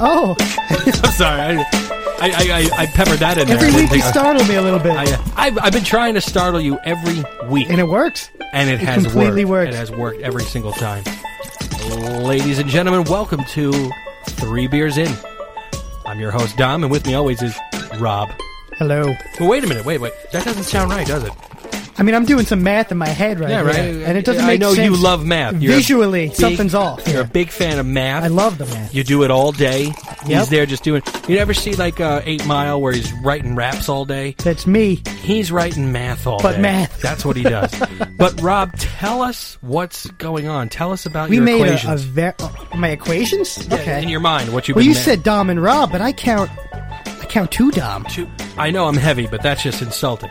Oh, I'm sorry. I, I, I, I peppered that in there. every I week didn't you think- startle me a little bit, I, I've, I've been trying to startle you every week, and it works. and it, it has completely worked. works. It has worked every single time. Ladies and gentlemen, welcome to Three Beers In. I'm your host Dom, and with me always is Rob. Hello. Well, wait a minute, wait, wait. That doesn't sound right, does it? I mean, I'm doing some math in my head right Yeah, now, right. and it doesn't I make know sense. you love math. You're a Visually, big- something's off. You're a Yeah. big fan of math. I love the math. You do it all day. He's Yep. there just doing. You never see like uh, Eight Mile where he's writing raps all day. That's me. He's writing math all But day. math. That's what he does. but Rob, tell us what's going on. Tell us about We your made a, a equations ver- oh, my equations. okay. in your mind. What you've well, been you ma- said Dom and Rob, but I count. I count two Doms. Two- I know I'm heavy, but that's just insulting.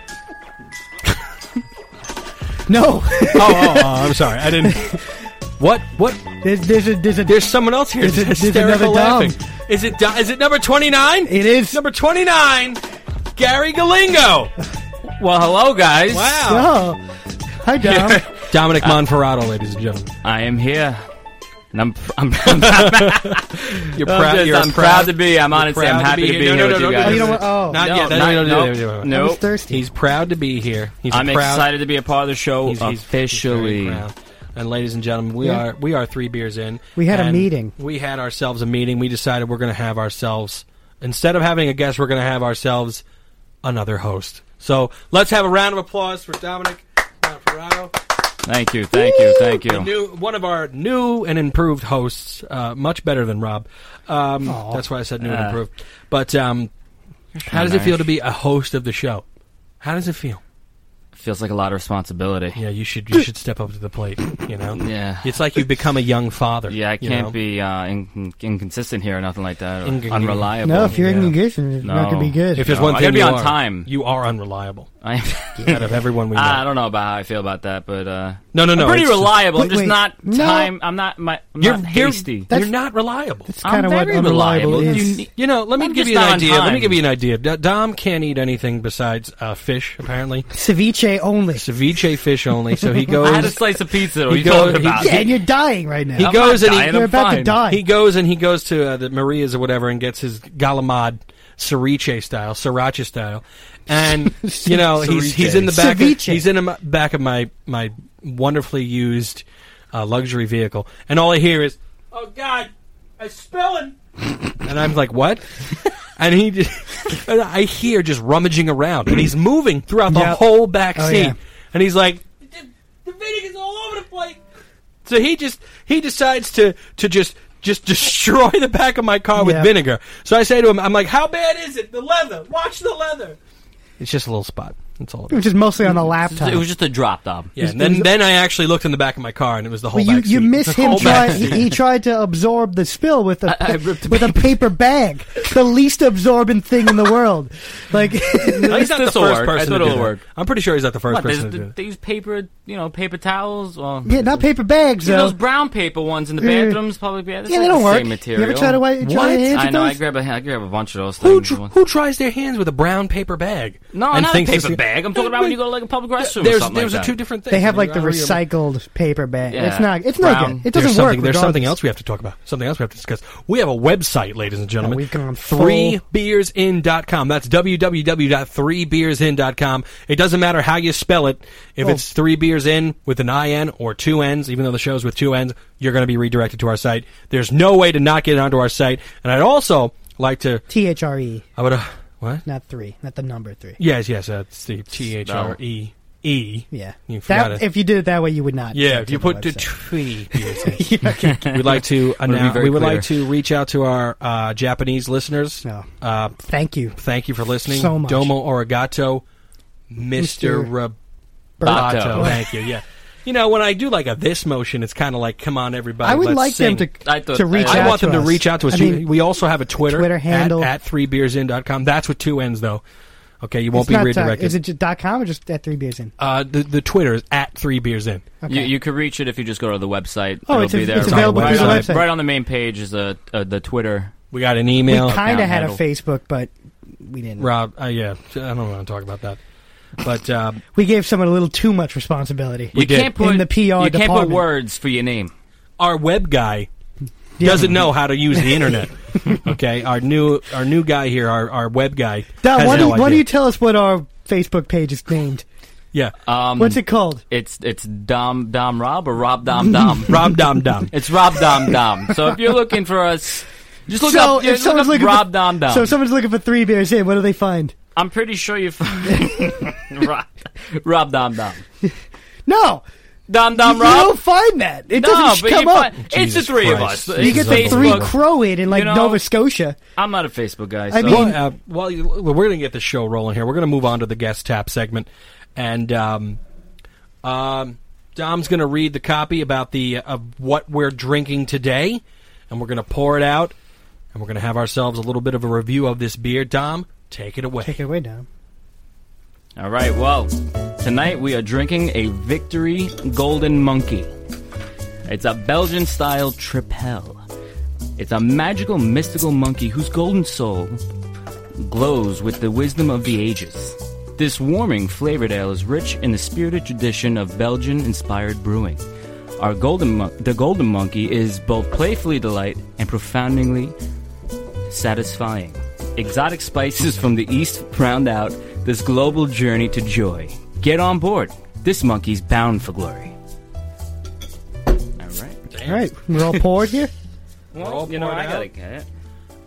No, Oh, oh, oh, I'm sorry. I didn't. What? What? there's, there's a there's a There's someone else here. There's a- that's there's hysterical another Dom. laughing. Is it? Do- Is it number twenty nine? It is. number twenty nine. Gary Galingo. Well, hello, guys. Wow. Oh, hi Dom. Dominic Monferrato, ladies and gentlemen. I am here. And I'm, pr- I'm, I'm, You're I'm proud. just- you're I'm proud. proud to be. I'm honestly, proud I'm to happy be to here. be No, here no, with no, you no, guys. oh, you know what? Oh, Not No, yet. That- not- no, no, no, no, no, nope, no. I was nope. thirsty. He's proud to be here. He's I'm proud. excited to be a part of the show He's, he's- officially. he's very proud. and ladies and gentlemen, we Yeah. are we are three beers in. We had a and meeting. We had ourselves a meeting. We decided we're going to have ourselves instead of having a guest, we're going to have ourselves another host. So let's have a round of applause for Dominic Monferrato. thank you, thank you, thank The you. new one of our new and improved hosts, uh, much better than Rob. Um, that's why I said new and Uh. improved. But um, how does it feel to be a host of the show? How does it feel? Feels like a lot of responsibility. Yeah, you should you should step up to the plate. You know, Yeah. it's like you've become a young father. Yeah, I you can't know? be uh, in- in- inconsistent here or nothing like that. Or Incon- unreliable. no, if you're yeah. engaged, it's not gonna be No. good. If there's No, one I thing gotta be you on are, time. you are unreliable. I, Out of everyone we know, I don't know about how I feel about that, but uh, No, no, I'm no, pretty it's- reliable. I'm Wait, just wait. not No. time. I'm not my. I'm you're not you're, hasty. you're That's- not reliable. That's I'm kind of what very unreliable reliable. is. You need- You know, let me I'm give just you an not on idea. Let me time. give you an idea. D- Dom can't eat anything besides uh, fish, apparently. Ceviche only. Ceviche fish only. So he I had a goes. slice of pizza. What are He you talking goes- he- about? Yeah, and you're dying right now. He I'm goes not and he- dying, you're I'm about to fine. die. He goes and he goes to uh, the Maria's or whatever and gets his galamad ceviche style, sriracha style, and you know he's he's in the back of, Ceviche. he's in the m- back of my my wonderfully used uh, luxury vehicle, and all I hear is oh god, it's spilling, and I'm like what. And he, just, and I hear just rummaging around, and he's moving throughout the Yeah. whole back Oh, seat, yeah. and he's like, "The, the is all over the place." So he just he decides to to just just destroy the back of my car with Yeah. vinegar. So I say to him, I'm like, "How bad is it? The leather. Watch the leather." It's just a little spot. That's all. It is. which is mostly on the laptop. It was just a drop down. Yeah. And then then I actually looked in the back of my car, and it was the whole. Well, you, back you seat. miss The him whole back try. He, seat. he tried to absorb the spill with a I ripped the with a paper bag, the least absorbent thing in the world. Like No, he's not the This'll first work. person I thought to do it'll that. work. I'm pretty sure he's not the first What, there's- person to do they use paper, you know, paper towels. Well, yeah, not paper bags see though. those brown paper ones in the Yeah. bathrooms, public bathrooms. yeah, they like don't the work. Same material. You ever try to wi- try What? to I hand I at know. I those? grab a, I grab a bunch of those Who, things. tr- who tries their hands with a brown paper bag? no, And not a thinks paper it's- bag. I'm talking about when you go to like a public restroom or There's something there's are like that. two different things. They have like the I read about- recycled paper bag. Yeah. It's not. It's not Brown. good. It There's doesn't something, work. There's something regardless. else we have to talk about. Something else we have to discuss. We have a website, ladies and gentlemen. Yeah, we've gone full- 3beersin.com. That's www.3beersin.com. It doesn't matter how you spell it. If Oh. it's 3 beers in with an IN or two N's, even though the show's with two N's, you're going to be redirected to our site. There's no way to not get onto our site. And I'd also like to. T H R E, I would. Uh, what? not three, not the number three. Yes, yes. That's the T H R E E. Yeah, You forgot that, it. if you did it that way, you would not. get Yeah, if to you the put the website. tree. We'd like to announce. very We would clear. like to reach out to our uh, Japanese listeners. No. Uh, Thank you, thank you for listening. So much. Domo arigato, Mister Mr. Roboto. Bato. Thank you. Yeah. You know, when I do like a this motion, it's kind of like, come on, everybody. I would let's like sing. them to I thought- to reach I out. I want to them to us. reach out to us. I You- mean, we also have a Twitter, Twitter at- handle. at, threebeersin.com. That's with two N's though. Okay, you won't it's be not, uh, redirected. is it just dot com or just at three beers in? uh, the the Twitter is at three beers in. You, you could reach it if you just go to the website. Oh, It'll it's be a- there. it's right available on- through the right website. On, right on the main page is uh, uh, the Twitter. We got an we email. kind of had a handle. Facebook, but we didn't. Rob, uh, yeah, I don't want to talk about that. But um, We gave someone a little too much responsibility. We you did. can't put In the PR You can't put department. words for your name. our web guy doesn't know how to use the internet. okay, our new our new guy here, our, our web guy. Don, has why, don't, no why idea. don't you tell us what our Facebook page is named? Yeah, Um, What's it called? It's it's Dom Dom Rob or Rob Dom Dom. Rob Dom Dom. It's Rob Dom Dom. So if you're looking for us, just look So up. yeah, if look someone's up looking Rob for- Dom Dom. So if someone's looking for three beers in, what do they find? I'm pretty sure you find Rob, Rob Dom Dom. No, Dom Dom you Rob. don't find that. It No, doesn't but sh- you come up. find, it's the Jesus three Christ. of us. You you It's get the Jesus. three Facebook. crowed in like You know- Nova Scotia. I'm not a Facebook guy. So. I mean- Well, uh, well, you- well, we're going to get the show rolling here. We're going to move on to the guest tap segment, and um, um, Dom's going to read the copy about the of what we're drinking today, and we're going to pour it out, and we're going to have ourselves a little bit of a review of this beer. Dom, take it away. Take it away, Dom. all right. Well, tonight we are drinking a Victory Golden Monkey. It's a Belgian style tripel. It's a magical, mystical monkey whose golden soul glows with the wisdom of the ages. This warming flavored ale is rich in the spirited tradition of Belgian inspired brewing. Our golden mon- the golden monkey is both playfully delight and profoundly satisfying. Exotic spices from the east round out this global journey to joy. Get on board. This monkey's bound for glory. All right. All right, we're all poured here. We're all you know, poured I out. gotta get it.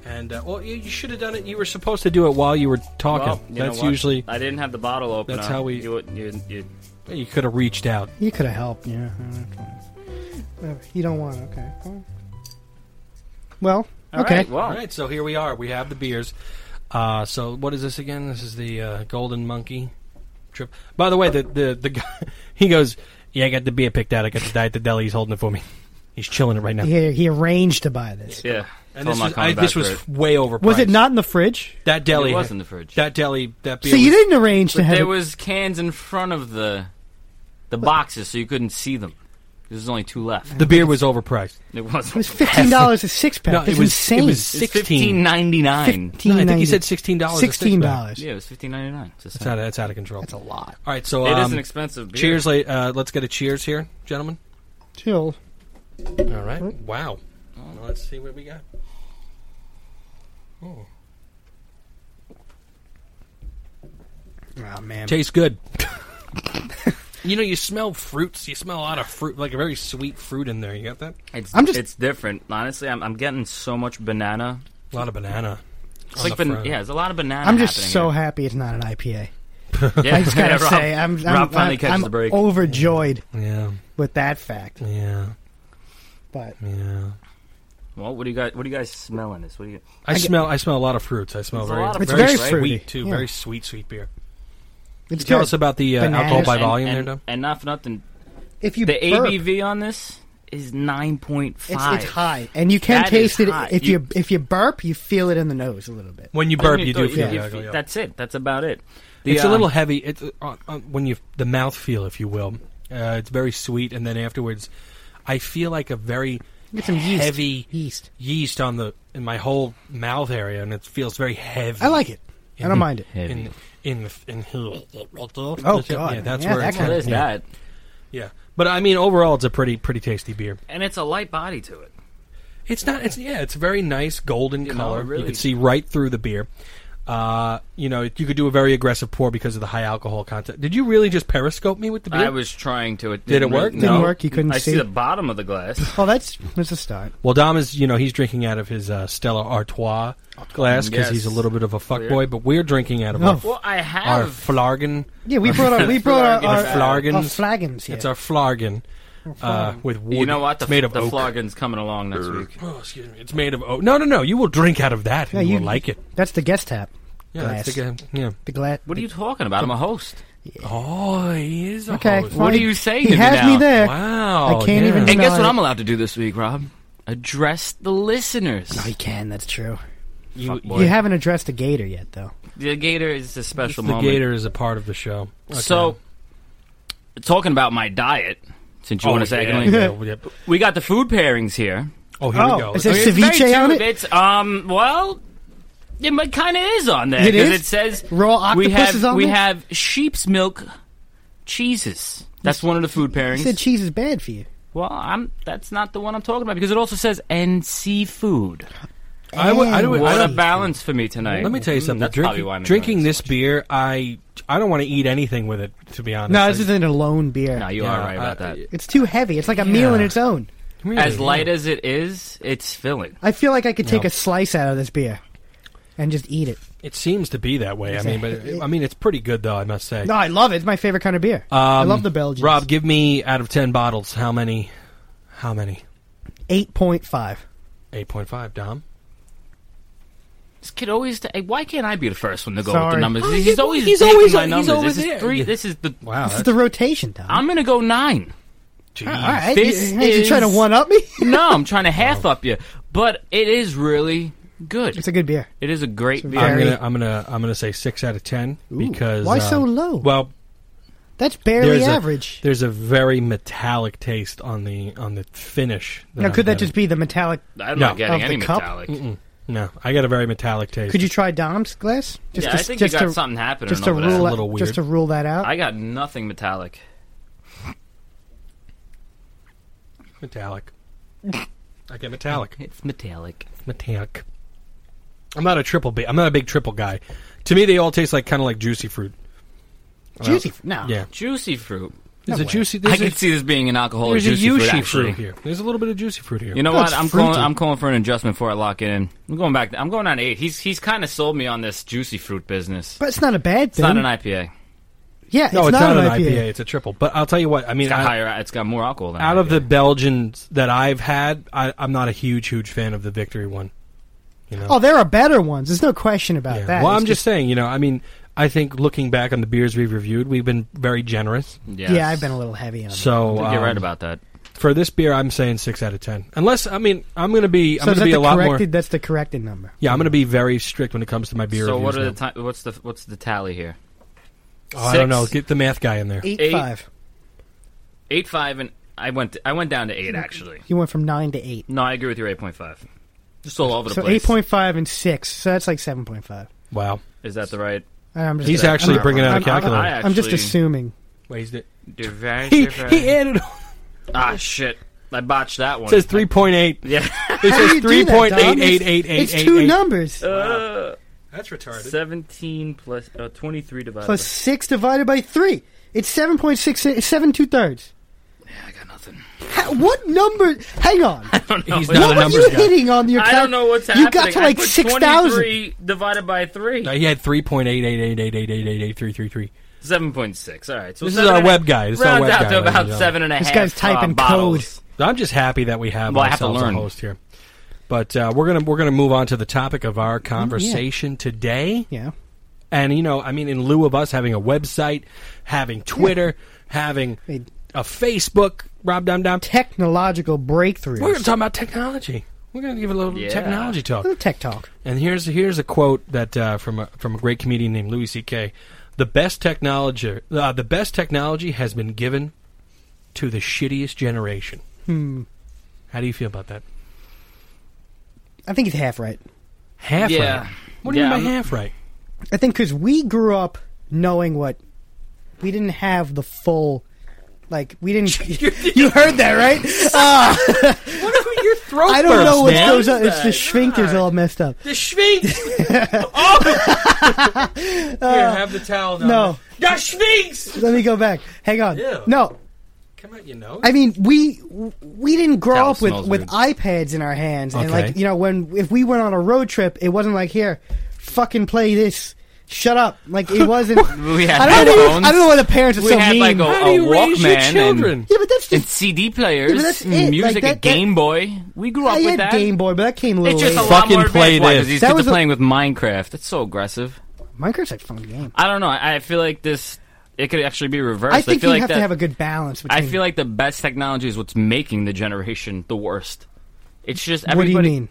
And uh, well, you, you should have done it. You were supposed to do it while you were talking. Well, you know That's what? usually I didn't have the bottle open. That's how we- You, you, you, you could have reached out. You could have helped. Yeah. Whatever. You don't want. Okay. Cool. Well. All okay. right, well, All right, so here we are. We have the beers. Uh, so what is this again? This is the uh, Golden Monkey trip. By the way, the the, the guy he goes, yeah, I got the beer picked out. I got the guy at the deli. He's holding it for me. He's chilling it right now. He, he arranged to buy this. yeah. And Told this my was, I, this comeback was for it. way overpriced. Was it not in the fridge? that deli? It was in the fridge. that deli. That beer. So you was- didn't arrange to But have there it. was cans in front of the the boxes, so you couldn't see them. There's only two left. the beer was overpriced. It It was was fifteen dollars a six pack. No, That's it was insane. it was fifteen sixteen. ninety nine. No, I think he said sixteen dollars. sixteen dollars. Yeah, it was fifteen ninety nine. That's out, of, that's out of control. That's a lot. All right, so It um, is an expensive beer. cheers. la- Uh, let's get a cheers here, gentlemen. Chill. All right. Mm-hmm. Wow. Well, let's see what we got. Oh man. Tastes good. you know, you smell fruits. You smell a lot of fruit, like a very sweet fruit in there. You got that? It's, I'm just- it's different. Honestly, I'm, I'm getting so much banana. A lot of banana. on It's like the ban- front. yeah, there's a lot of banana. I'm just so happening happy it's not an IPA. here. Yeah, I just gotta Rob- say, I'm, I'm, Rob finally I'm, oh. catches I'm the break. overjoyed Yeah, with that fact. yeah, But yeah. Well, what do you guys? What do you guys smell in this? What do you? I, smell. I smell a lot of fruits. I smell It's a very, lot of It's very, very sweet fruity. too. Yeah. Very sweet, sweet beer. it's Tell good. us about the uh, Bananas. alcohol by And- volume and, there, Dom. and not for nothing, if you the burp, ABV on this is nine point it's, five. it's high, and you can That is taste it high. if You- you, if you burp, you feel it in the nose a little bit. When you I mean, burp, you do thought- feel you- the you- alcohol, yeah. That's it. That's about it. The, It's a uh, little heavy. It's uh, on, on, when you the mouth feel, if you will. Uh, it's very sweet, and then afterwards, I feel like a very Get some yeast. heavy Yeast. yeast on the in my whole mouth area, and it feels very heavy. I like it. I don't mind it. in in the in who? Oh God. yeah, that's Yeah, where that kind it's of- Well, at. there's yeah. that, Yeah, but I mean, overall, it's a pretty pretty tasty beer. and it's a light body to it. It's not. It's yeah. It's a very nice golden You know, color. it really- You can see right through the beer. Uh, you know, you could do a very aggressive pour because of the high alcohol content. Did you really just periscope me with the beer? I was trying to. It Did it didn't really- work? No. Didn't work, you couldn't I see see. the bottom of the glass. Oh, that's that's a start. Well, Dom is, you know, he's drinking out of his uh, Stella Artois glass because Yes. he's a little bit of a Clear. fuckboy, but we're drinking out of Oh, our, f- Well, I our have. Flargen. Yeah, we brought our we brought our, our, Our flagons. our flagons here. It's our Flargen uh, with wood. You know what? The, It's made of the oak. floggin's coming along next Er. week. Oh, excuse me. It's made of oak. No, no, no. You will drink out of that. Yeah, and you, you- will like it. that's the guest tap. Yeah, glass. that's the game. Yeah. The glass. What are you talking about? I'm a host. Oh, he is a Okay. host. fine. What do you say He to me has me now? there. Wow. I can't yeah. even- And guess what? I- I'm allowed to do this week, Rob. Address the listeners. No, he can. That's true. You, Boy. You haven't addressed the gator yet, though. The Gator is a special the moment. gator is a part of the show. Okay. So, talking about my diet, since you oh, want to yeah, say, yeah, yeah. we got the food pairings here. Oh, here Oh, we go. is this- It's very ceviche on cheap. it? It's um, well, it kind of is on there It because is? it says Raw we octopus have is on we there? have sheep's milk cheeses. That's one of the food You pairings. said cheese is bad for you. Well, I'm. That's not the one I'm talking about because it also says and seafood. I would- I would- What I a don't- balance for me tonight. Let me tell you Mm, something. That's probably drinking why I'm drinking enjoying this beer, I I don't want to eat anything with it. To be honest, No, I this isn't a lone beer. No, you Yeah, are right I- about that. It's too heavy. It's like a meal in Yeah. its own. really- As light as it is, it's filling. I feel like I could take Yeah. a slice out of this beer and just eat it. it seems to be that way. I mean, but I mean, it's pretty good though. I must say. No, I love it. It's my favorite kind of beer. I Um, love the Belgians. Rob, give me out of ten bottles, how many? How many? eight point five. Eight point five. Dom. This kid always. T- hey, why can't I be the first one to go with Sorry. the numbers? Oh, he's, he's- always he's taking always- my he's numbers. over this there. is three. This is the. Wow. This is the rotation, Tom. I'm gonna go nine. Jeez. all right. this you, you is- trying to one up me? No, I'm trying to half up you, but it is really good. it's a good beer. It is a great It's a beer. I'm very- gonna I'm gonna I'm gonna say six out of ten Ooh, because why um, so low? Well, That's barely There's a- average. there's a very metallic taste on the on the finish. now, could that just be the metallic? I'm No. not getting Of any the cup? metallic. Mm-mm. No, I got a very metallic taste. Could you try Dom's glass? Just yeah, to, I think just you got to, something happening. just to over there. rule A little that, just weird. to rule that out. I got nothing metallic. metallic? I get metallic. It's metallic. Metallic. I'm not a triple. Ba- I'm not a big triple guy. To me, they all taste like kind of like juicy fruit. Juicy, no. Yeah, Juicy fruit. there's No a way. juicy. I There's a, can see this being an alcoholic there's a juicy juicy fruit. fruit, actually. here. There's a little bit of juicy fruit here. You know No, what? it's I'm fruity. calling. I'm calling for an adjustment before I lock it in. I'm going back. I'm going on eight. He's he's kind of sold me on this juicy fruit business. but it's not a bad It's thing. not an IPA. yeah, it's, no, it's, not, an IPA. IPA. It's a triple. But I'll tell you what. I mean, It's got I- higher. It's got more alcohol than out of IPA. the Belgians that I've had, I, I'm not a huge, huge fan of the victory one. You know? Oh, there are better ones. There's no question about Yeah. that. Well, I'm It's just saying. You know, I mean, I think looking back on the beers we've reviewed, we've been very generous. Yes. yeah, I've been a little heavy on. it. So I think you're um, right about that. for this beer, I'm saying six out of ten. Unless I mean, I'm going to be, I'm so going is to that be the a lot more. corrected? That's the corrected number. Yeah, I'm going to be very strict when it comes to my beer So reviews. what are now. the ti- what's the what's the tally here? oh, I don't know. six? Get the math guy in there. Eight, Eight. five. Eight five and I went I went down to eight actually. You went from nine to eight. No, I agree with your eight point five. Just all over the So place. eight point five and six. So that's like seven point five. Wow, Is that the right? I'm just, he's that- actually I'm- bringing out I'm- a calculator. I actually, I'm just assuming. Wait, is Divide- He divide- he added ah shit! I botched that one. says three point eight. Yeah. It How do says you do three that, Dom? point eight eight eight It's eight eight two eight. numbers Uh, That's retarded. Seventeen plus uh, twenty-three divided. plus six divided by three. It's seven point six seven two thirds. by- I got nothing. How- What number? Hang on. He's not No, What a were numbers you guy. hitting on your? I cal- don't know what's You happening. got to I like put six thousand. 23 divided by three. No, he had three point eight eight eight eight eight eight eight eight three three three. Seven point six. All right. So This is seven our and a- web guy. This is our rounds web out guy, to ladies about and seven and a half. This guy's typing uh, bottles. I'm just happy that we have Well, I have to ourselves learn. a host here. But uh, we're gonna we're gonna move on to the topic of our conversation today. Yeah. And you know, I mean, in lieu of us having a website, having Twitter, having A a Facebook, Rob Dum Dum, technological breakthroughs. we're gonna talk about technology. We're gonna give a little Yeah. technology talk. Little tech talk. And here's here's a quote that uh, from a, from a great comedian named Louis C.K. The best technology, uh, the best technology has been given to the shittiest generation. Hmm. How do you feel about that? I think it's half right. Half Yeah. right. What do you Yeah, mean by I'm- half right? I think because we grew up knowing what we didn't have the full. Like we didn't. you heard that, right? Ah, What if your throat? I don't know what man. goes on. It's What the is that? sphincter's all messed up. The Sphinx. oh. Here, have the towel. Now. No, the Sphinx. let me go back. Hang on. Ew. No, Come out your nose. I mean we we didn't grow Towel up with smells with good. iPads in our hands and Okay. like you know when if we went on a road trip, it wasn't like here, fucking play this. Shut up! Like it wasn't. We had I don't, know, headphones. I don't know why the parents are We so had mean. like a, How do a you Walkman raise your and- children? yeah, but that's and just CD players, Yeah, but that's it. mm, music, Like a that- Game Boy. We grew up I with had that. Game Boy, but that came a little It's just a later. lot Fucking more play advanced. Why? 'Cause this. These That kids was are a- playing with Minecraft. That's so aggressive. Minecraft's like a fun game. I don't know. I I feel like this. It could actually be reversed. I think feel you like have that, to have a good balance I between. feel like the best technology is what's making the generation the worst. It's just what do everybody you mean?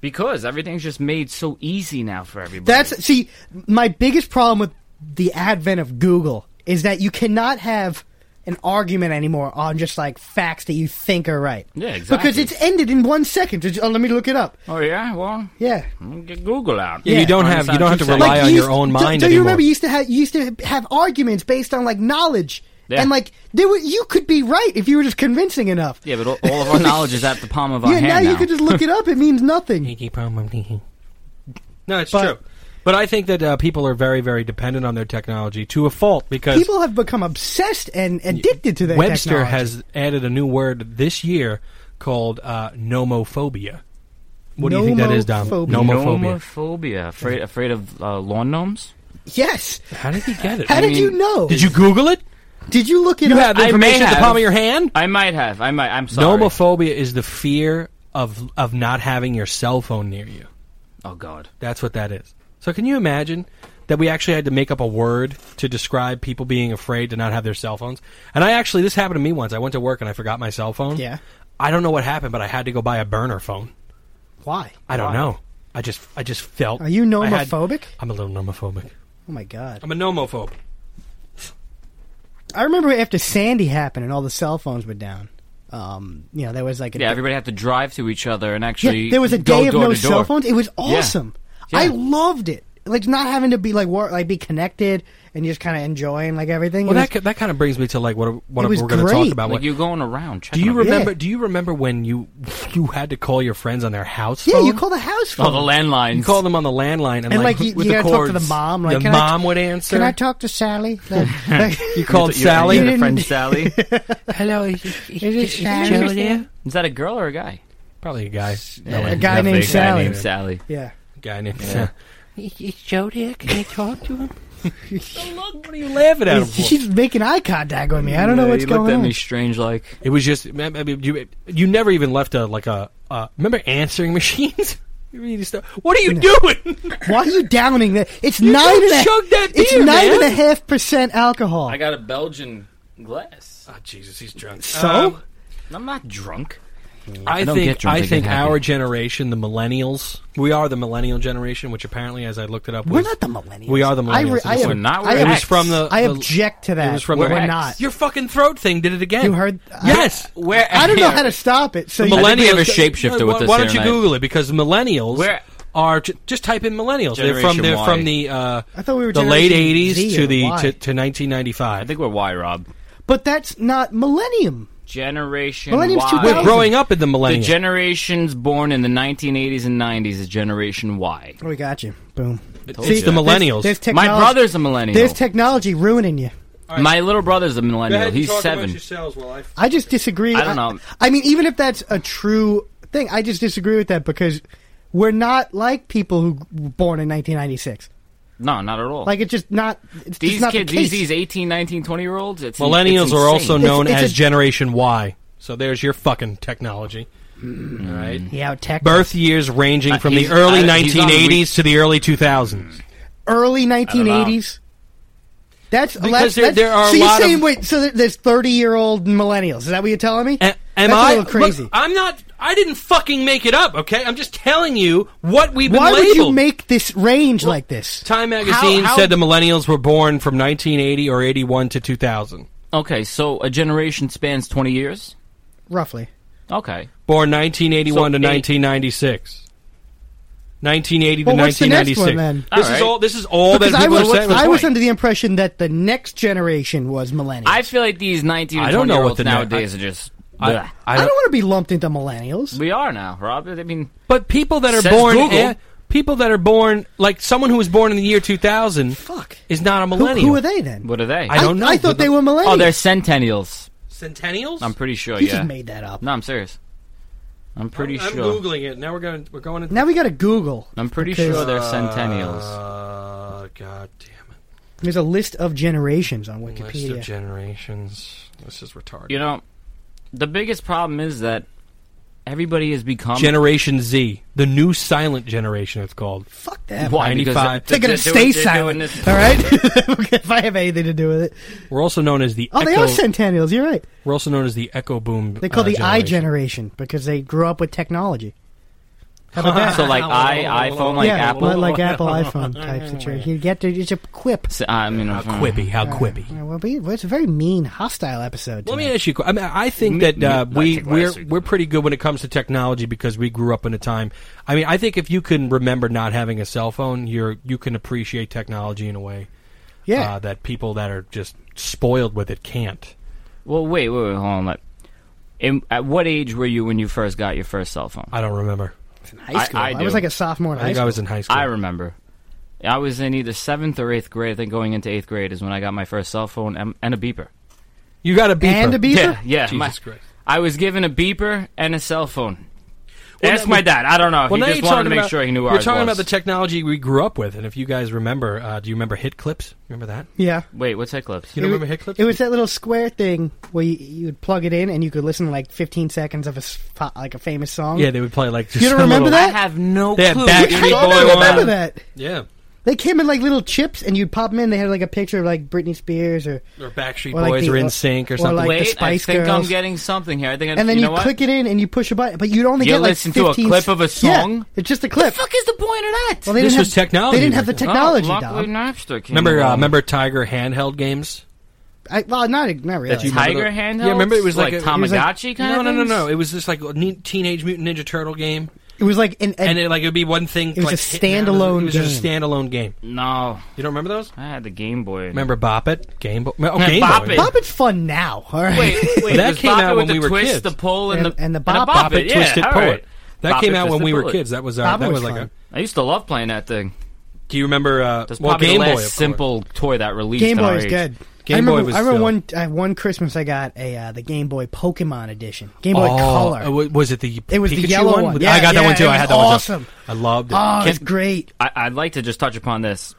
because everything's just made so easy now for everybody. That's see, my biggest problem with the advent of Google is that you cannot have an argument anymore on just like facts that you think are right. Yeah, exactly. Because it's ended in one second. Did you- oh, let me look it up. oh yeah. Well, Yeah. get Google out. Yeah, Yeah. you don't have you don't have to Like, rely you on used- your own do- mind Do, you anymore. remember you used to have you used to have arguments based on like knowledge Yeah. And like there were, you could be right if you were just convincing enough. Yeah, but all, all of our knowledge is at the palm of our yeah, hand now now. you could just look it up. It means nothing. No, it's But- true. But I think that uh, people are very, very dependent on their technology to a fault because People have become obsessed and addicted to their Webster technology. has added a new word this year called uh, nomophobia. What do you think that is, Dom? Nomophobia. Nomophobia. Nomophobia. Afraid, afraid of uh, lawn gnomes? yes. How did he get it? How I did mean, you know? Did you Google it? Did you look it You up? have the I may information at the have. palm of your hand. I might have. I might. I'm sorry. Nomophobia is the fear of of not having your cell phone near you. oh God. That's what that is. So can you imagine that we actually had to make up a word to describe people being afraid to not have their cell phones? And I actually this happened to me once. I went to work and I forgot my cell phone. Yeah. I don't know what happened, but I had to go buy a burner phone. Why? I don't Why? know. I just I just felt Are you I had- nomophobic? I'm a little nomophobic. Oh my god! Um, I'm a nomophobe. I remember after Sandy happened and all the cell phones were down. Um, you know, there was like a Yeah, everybody had to drive to each other and actually. yeah, there was a go day of door no to door. cell phones. It was awesome. Yeah. I loved it. Like not having to be like wor- like be connected and just kind of enjoying like everything. Well, It that was- ki- that kind of brings me to like what what It was we're going to talk great. about. Like What- you're going around. do Checking you on remember? Yeah. Do you remember when you you had to call your friends on their house? yeah, phone? you call the house people. phone. Oh, the landlines. You call them on the landline, and, And, like, like, you- with you the gotta talk to the cords, mom, like, the can I mom would answer. Can I talk to Sally? Like, like- you called Your- your- Sally. You Your didn't- friend Sally. Hello, is, it Sally? Is that a girl or a guy? Probably a guy. A way. guy Definitely named a Sally. named Sally. yeah, Guy named. Yeah. Is Joe there? Can I talk to him? what are you laughing at him for? she's making eye contact with me. I don't know Yeah, what's he going looked at on. me strange, like It was just I mean, you. You never even left a like a. Uh, remember answering machines? You really just- what are you doing? Why are you downing that? It's You nine and don't a chug that it's beer, nine man. and a half percent alcohol. got a Belgian glass. oh, Jesus, he's drunk. So? Um, I'm not drunk. I, I don't get think drunk, I I get think happy. our generation, the millennials, we are the millennial generation, which apparently, as I looked it up, we're was, not the millennials. We are the I millennials. I We're ob- not, we're I, It ob- was from the. I the- object to that. It was from we're the. X. not. Your fucking throat thing did it again. You heard? I- Yes. Where I, don't know how to stop it. So you, millenn- think we have a shapeshifter with why, us Why here don't you tonight. Google it? Because millennials We're- are ju- just type in millennials. They're from Generation they're Y. from the uh, I thought we were the late Generation eighties Z to or the Y. to, to nineteen ninety I five. think we're Y, Rob. but that's not millennium. Generation Millennium's Y. too We're thousand. growing up in the The millennium. generations born in the 1980s and 90s is Generation Y. Oh, we got you. Boom. told you. the millennials. There's, there's My technology- brother's a millennial. There's technology ruining you. My little brother's a millennial. He's seven. I just disagree. I don't know. I, I mean, even if that's a true thing, I just disagree with that because we're not like people who were born in 1996. No, not at all. Like it's just not. It's these just not kids, the case. these, these 18, 19, 20 year olds, it's Millennials it's are also insane. known It's- it's as a- Generation Y. So there's your fucking technology. yeah, tech. Birth years ranging Uh, from the he's- early I- he's on the 1980s to the early 2000s. early 1980s. That's Because that's, there- there are a so you're lot of- saying wait, so there- there's 30 year old millennials. Is that what you're telling me? A- am that's I a little crazy. Look, I'm not. I didn't fucking make it up. Okay, I'm just telling you what we've been Why would labeled. you make this range like this? Time magazine How- how- said the millennials were born from 1980 or 81 to 2000. Okay, so a generation spans 20 years? Roughly. Okay. Born 1981 So to eight- 1996. 1980 to Well, what's the next 1996. one, then? This Alright. is all. This is all Because that I people was, are saying. I was Point. under the impression that the next generation was millennials. I feel like these 19 and I don't 20 know year what olds the ne- nowadays are just. I- bleh. I I don't don't- want to be lumped into millennials. we are now, Rob. I mean, but people that are Says born. Google. eh, people that are born like someone who was born in the year 2000 Fuck. is not a Who, millennial. who are they then? what are they? I don't know. I thought They're oh, they were millennials. oh, they're centennials. Centennials. I'm pretty sure, you yeah. just made that up. no, I'm serious. I'm pretty I'm sure. googling it now. We're going. We're going. Into, Now we got to Google. I'm pretty Because- sure they're centennials. Uh, God damn it! There's a list of generations on List of Wikipedia. generations. This is retarded. You know, the biggest problem is that everybody has become. Generation Z, the new silent generation, it's called. Fuck that. Why? Because 95. they're- They're gonna they're doing- stay they're doing silent. this- All right. if I have anything to do with it. We're also known as the Oh, they echo, are centennials. You're right. We're also known as the echo boom. They call uh, the I generation. generation because they grew up with technology. How about that? So like I iPhone like yeah, Apple. like, uh, like Apple iPhone type situation. You get to it's a quip. So, I mean, How quippy? How quippy? Yeah, well, we- well, it's a very mean, hostile episode. Let me tonight. ask you. a que- I mean, I think that uh, me- I we think we're last week- we're pretty good when it comes to technology because we grew up in a time. I mean, I think if you can remember not having a cell phone, you're you can appreciate technology in a way. Yeah. uh, that people that are just spoiled with it can't. Well, wait, wait, wait, hold on. Like, in, at what age were you when you first got your first cell phone? I don't remember. In high I- school. I I, was do. like a sophomore in I high think school. I was in high school. I remember. I was in either seventh or eighth grade. I think going into eighth grade is when I got my first cell phone and, and a beeper. you got a beeper. and a beeper? Yeah, yeah. Jesus my- Christ. I was given a beeper and a cell phone. Well, Ask now- my dad. I don't know. he just you're wanted to talking make about- sure he knew where You're I talking about was. the technology we grew up with, and if you guys remember, uh, do you remember hit clips? Remember that? Yeah. Wait, what's that clips? You don't It remember was- hit clips? It was that little square thing where you, you would plug it in and you could listen to like 15 seconds of a s- po- like a famous song. yeah, they would play like. Just You don't some remember little- that? I have no They had clue. back- I Backstreet don't Boy remember one. that. Yeah, They came in like little chips and you'd pop them in. They had like a picture of like Britney Spears or or Backstreet Or like Boys the- or In or- Sync or or something. like- the Wait, I Spice think I'm Girls. getting something here. I think. I, and then you, you, know what? click it in and you push a button, but you'd only You get like listen to a 15 clip s- of a Yeah, song? it's just a What the clip. fuck is the point of that? Well, they This didn't have, was technology They didn't have the back then. technology, oh, luckily Dom. Napster came remember, uh, along. remember Tiger handheld games? I, well, not not really. That you- Tiger Remember the- handheld? Yeah, remember it was like a- it was like- Tamagotchi kind No, of. no, no, things? no. It was just like a ne- Teenage Mutant Ninja Turtle game, it was like an, an and it like it would be one thing. It was like, a hitting that, and standalone It was just a game. standalone game. No, You don't remember those? I had the Game Boy. Remember Bop It? Game Boy. Oh, Yeah, Game Bop Boy. It. Bop it's fun now. All right. Wait, wait. That was came Bop out It when with the we were twist, kids. the pull, and, And- the and the a Bop It. Bop It, yeah, Twisted all Poet. right. That Bop came It, out when Twisted we were Poet. kids. That was our. Bop It that was was like fun. a. I used to love playing that thing. Do you remember? Uh, That's well, probably Game the Boy. last of course. simple toy that released. Game in our Boy is age. good. Game I Boy remember, was I remember still- one I, one Christmas I got a uh, the Game Boy Pokemon edition, Game Boy oh, Color. uh, wa- Was it the? It was the Pikachu yellow one. With- Yeah, I got that yeah, one too. it I was had that one. awesome. too. I loved it. oh, it's Can- great. I, I'd like to just touch upon this.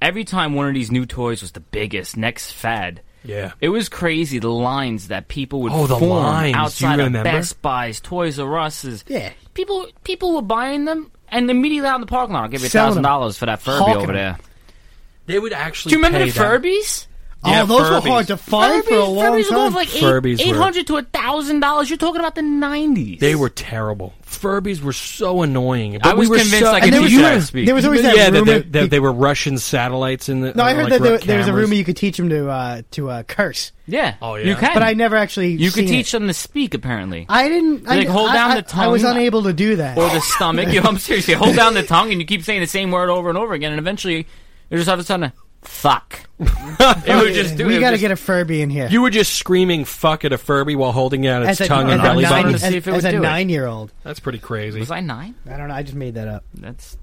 Every time one of these new toys was the biggest next fad, yeah. it was crazy the lines that people would Oh, the form lines. Do you outside of remember? Best Buys, Toys R Us's. Yeah. people people were buying them and immediately out in the parking lot. I'll give you Selling thousand them. dollars for that Furby Hawking over them. there. They would actually. Do you remember pay the that. Furbies? Yeah, oh, those Furbies. were hard to find for a Furbies- long Furbies were going time. for like Furbies eight, were- eight hundred to thousand dollars. You're talking about the nineties. They were terrible. Furbies were so annoying. But I was we were convinced so, I and could there was- teach you that were- to speak. There was always that yeah, that rumor. they, that they were Russian satellites in the. no, I uh, heard like that there, red there was a cameras. rumor you could teach them to uh, to uh, curse, yeah. Oh, yeah. You can, but I never actually. you seen could teach It. them to speak apparently, I didn't. I, Like, hold I- down I- the tongue. I was unable to do that. or the stomach. you know, I'm serious. You hold down the tongue and you keep saying the same word over and over again, and eventually you're just all of a sudden fuck. it would just do. we it got to just- get a Furby in here. You were just screaming "fuck" at a Furby while holding out its as a, tongue as and a belly nine, button. as, See if it as would a do it. nine-year-old. That's pretty crazy. Was I nine? I don't know. I just made that up. That's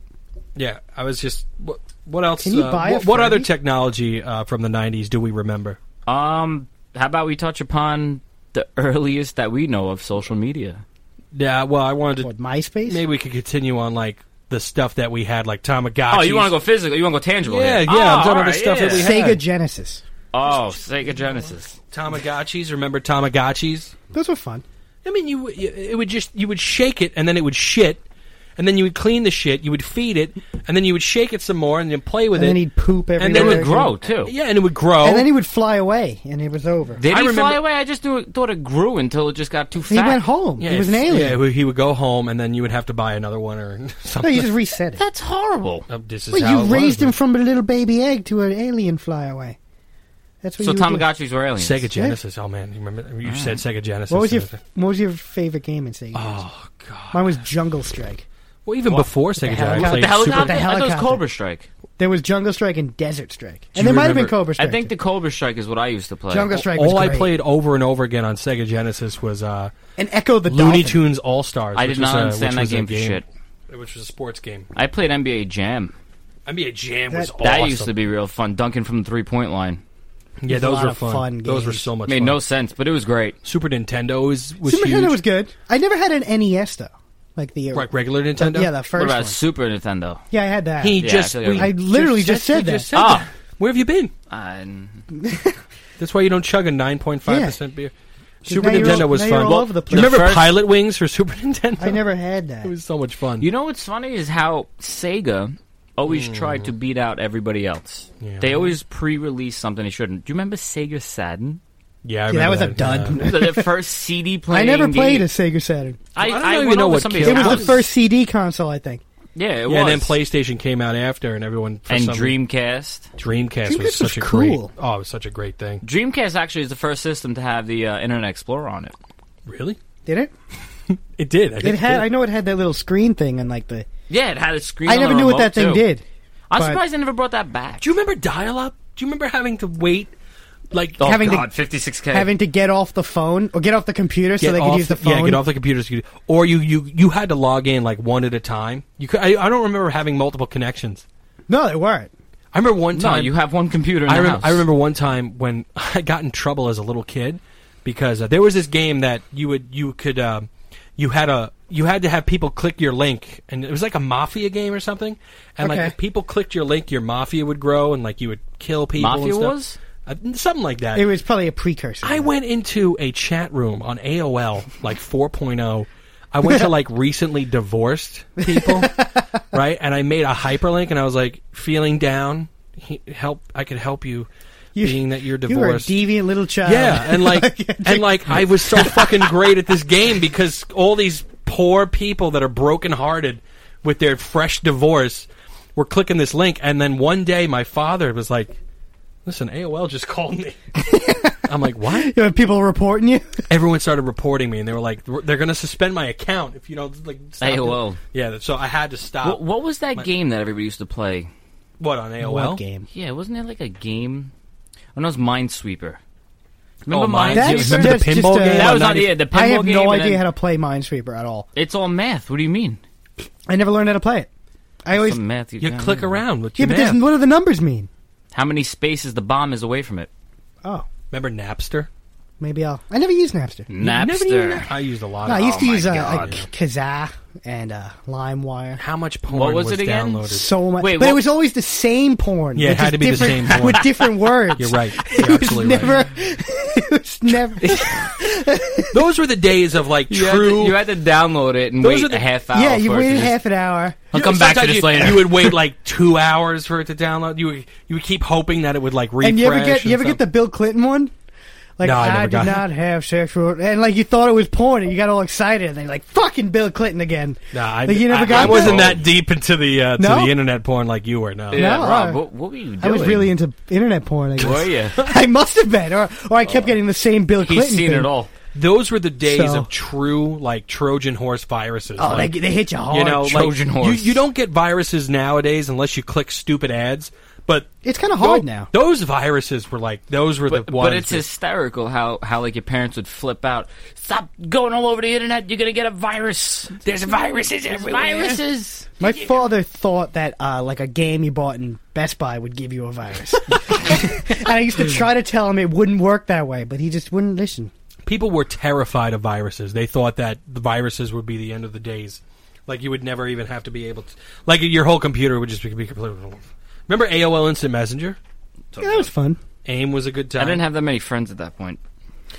Yeah, I was just. What, what else? Can you uh, buy a what, what other Furby? technology uh, from the '90s do we remember? um. How about we touch upon the earliest that we know of social media? Yeah, well, I wanted to. What MySpace? Maybe we could continue on like the stuff that we had, like Tamagotchi. Oh, you want to go physical? You want to go tangible? Yeah, here. yeah, Oh, I'm talking all about the stuff that we had. Sega Genesis. Oh, Sega Genesis. Tamagotchis? Remember Tamagotchis? Those were fun. I mean, you you- it would just you would shake it and then it would shit, and then you would clean the shit, you would feed it, and then you would shake it some more and then play with And then it. he'd poop everywhere. And They then would grow too. yeah, and it would grow. And then he would fly away, and it was over. Did he I remember- fly away? I just knew, thought it grew until it just got too he fat. went home. yeah, he was an if- alien. Yeah, he would go home, and then you would have to buy another one or no, something. you just reset it. That's horrible. Uh, this is Well, how it you raised was. him from a little baby egg to an alien fly away. That's what So you would do. Tamagotchis were aliens. Sega Genesis. Oh man, you remember you said Sega Genesis. What was your and- What was your favorite game in Sega? Oh god. Mine was Jungle Strike. Well, even before Sega Genesis, helicopter- I played Super The helicopter. The I thought it was helicopter. Cobra Strike. There was Jungle Strike and Desert Strike, you and there might have been remember- Cobra Strike. I think the Cobra Strike is what I used to play. Jungle Strike. was all I great. played over and over again on Sega Genesis was uh, and Echo the Looney Dolphin. Tunes All Stars. I did not understand that was a game for shit. Which was a sports game. I played NBA Jam. I mean, a jam was That- awesome. That used to be real fun. Dunking from the three point line It Yeah, was a those lot were of fun. fun those were games. so much. made fun. no sense, but it was great. Super Nintendo was was Super huge. Nintendo was good. I never had an NES though, like the uh, like regular Nintendo. Yeah, the What first about one. Super Nintendo? Yeah, I had that. he Yeah, I just. feel like we- I- I literally just we said that. that. Ah. Where have you been? Uh, That's why you don't chug a nine point five percent beer. Super now you're Nintendo all- was now fun. you're all Well, over the do you place. remember The first- Pilot Wings for Super Nintendo? I never had that. It was so much fun. you know what's funny is how Sega always tried to beat out everybody else. Yeah. They always pre-release something they shouldn't. Do you remember Sega Saturn? yeah, yeah, I that remember was a dud. yeah. the the first CD I playing. never played a game. Sega Saturn. I, I don't I even went know over what somebody's kid It was house. the first CD console, I think. Yeah, it was. Yeah, and then PlayStation came out after, and everyone for and some- Dreamcast. Dreamcast Dreamcast was was such a cool. great. Oh, it was such a great thing. Dreamcast actually is the first system to have the uh, Internet Explorer on it. Really? Did it? It did. I think It had. did. I know it had that little screen thing and like the. Yeah, it had a screen. I on the never knew what remote, that thing too. did. I'm but- surprised they never brought that back. Do you remember dial up? Do you remember having to wait, like Oh Having to- God, 56k. having to get off the phone or get off the computer so get they could off use the phone. Yeah, get off the computer, so you- or you you you had to log in like one at a time. You could, I, I don't remember having multiple connections. No, they weren't. I remember one no, time you have one computer. In I, the rem- house. I remember one time when I got in trouble as a little kid because uh, there was this game that you would you could um, you had a you had to have people click your link and it was like a mafia game or something and Okay. like if people clicked your link your mafia would grow and like you would kill people and Mafia stuff. was. Uh, something like that It was probably a precursor. I went into a chat room on AOL, like 4.0. I went to like recently divorced people, right? And I made a hyperlink, and I was like, feeling down. He, help! I could help you, You- being that you're You were a uh, divorced. deviant little child. yeah, and like, and like, I was so fucking great at this game because all these poor people that are brokenhearted with their fresh divorce were clicking this link, and then one day my father was like, "Listen, AOL just called me." I'm like, "What?" You know, people reporting you. everyone started reporting me, and they were like, "They're going to suspend my account if you don't like." Stop AOL. It. Yeah, so I had to stop. What, what was that My- game that everybody used to play? what on AOL? Web game. Yeah, wasn't there like a game? Oh, no, it was Minesweeper. Remember Mine- That's- Oh, you remember that's the just pinball a- game? That on was E not 90 the- the pinball I have game no and idea then- how to play Minesweeper at all. It's all math. What do you mean? I never learned how to play it. I always Some math. You can't click remember. around with yeah, your but this, man. what do the numbers mean? How many spaces the bomb is away from it? Oh, Remember Napster? maybe I'll. I never used Napster. You never used Napster. Nap- I used a lot. No, I of Oh used to my use uh, God. like Kazaa and uh, LimeWire. How much porn What was it again? downloaded? So much, Wait, but what- it was always the same porn. Yeah, it with had just to be the different- same porn. with different words. You're right. It You're was absolutely never. right. It was never. Those were the days of like You had, to, true. you had to download it and Those wait are the- a half hour. yeah, you for it to waited just- half an hour. I'll come back to sometimes this you, later. You would wait like two hours for it to download. You would, you would keep hoping that it would like refresh. And you ever get you and ever get the stuff. Bill Clinton one? Like No, I never did got it. not have sexual, and like you thought it was porn, and you got all excited, and they're like fucking Bill Clinton again. Nah, I, Like, you never I, got I wasn't that? that deep into the uh, to No? the internet porn like you were. No, Yeah, No, Rob, I- what, what were you doing? I was really into internet porn. I Were guess you? I must have been, or or I kept getting the same Bill Clinton. He's seen thing. it all. those were the days So- of true like Trojan horse viruses. Oh, like, they, they hit you hard. you know, like, Trojan you- horse. You, don't get viruses nowadays unless you click stupid ads. But it's kind of hard tho- now. Those viruses were like those were But, the ones. but it's hysterical how, how like your parents would flip out. Stop going all over the internet. You're gonna get a virus. There's viruses everywhere. Viruses. My father thought that uh, like a game you bought in Best Buy would give you a virus, and I used to try to tell him it wouldn't work that way, but he just wouldn't listen. that people were terrified of viruses. They thought that the viruses would be the end of the days. Like you would never even have to be able to. Like your whole computer would just be completely. Remember AOL Instant Messenger? Yeah, that was fun. AIM was a good time. I didn't have that many friends at that point.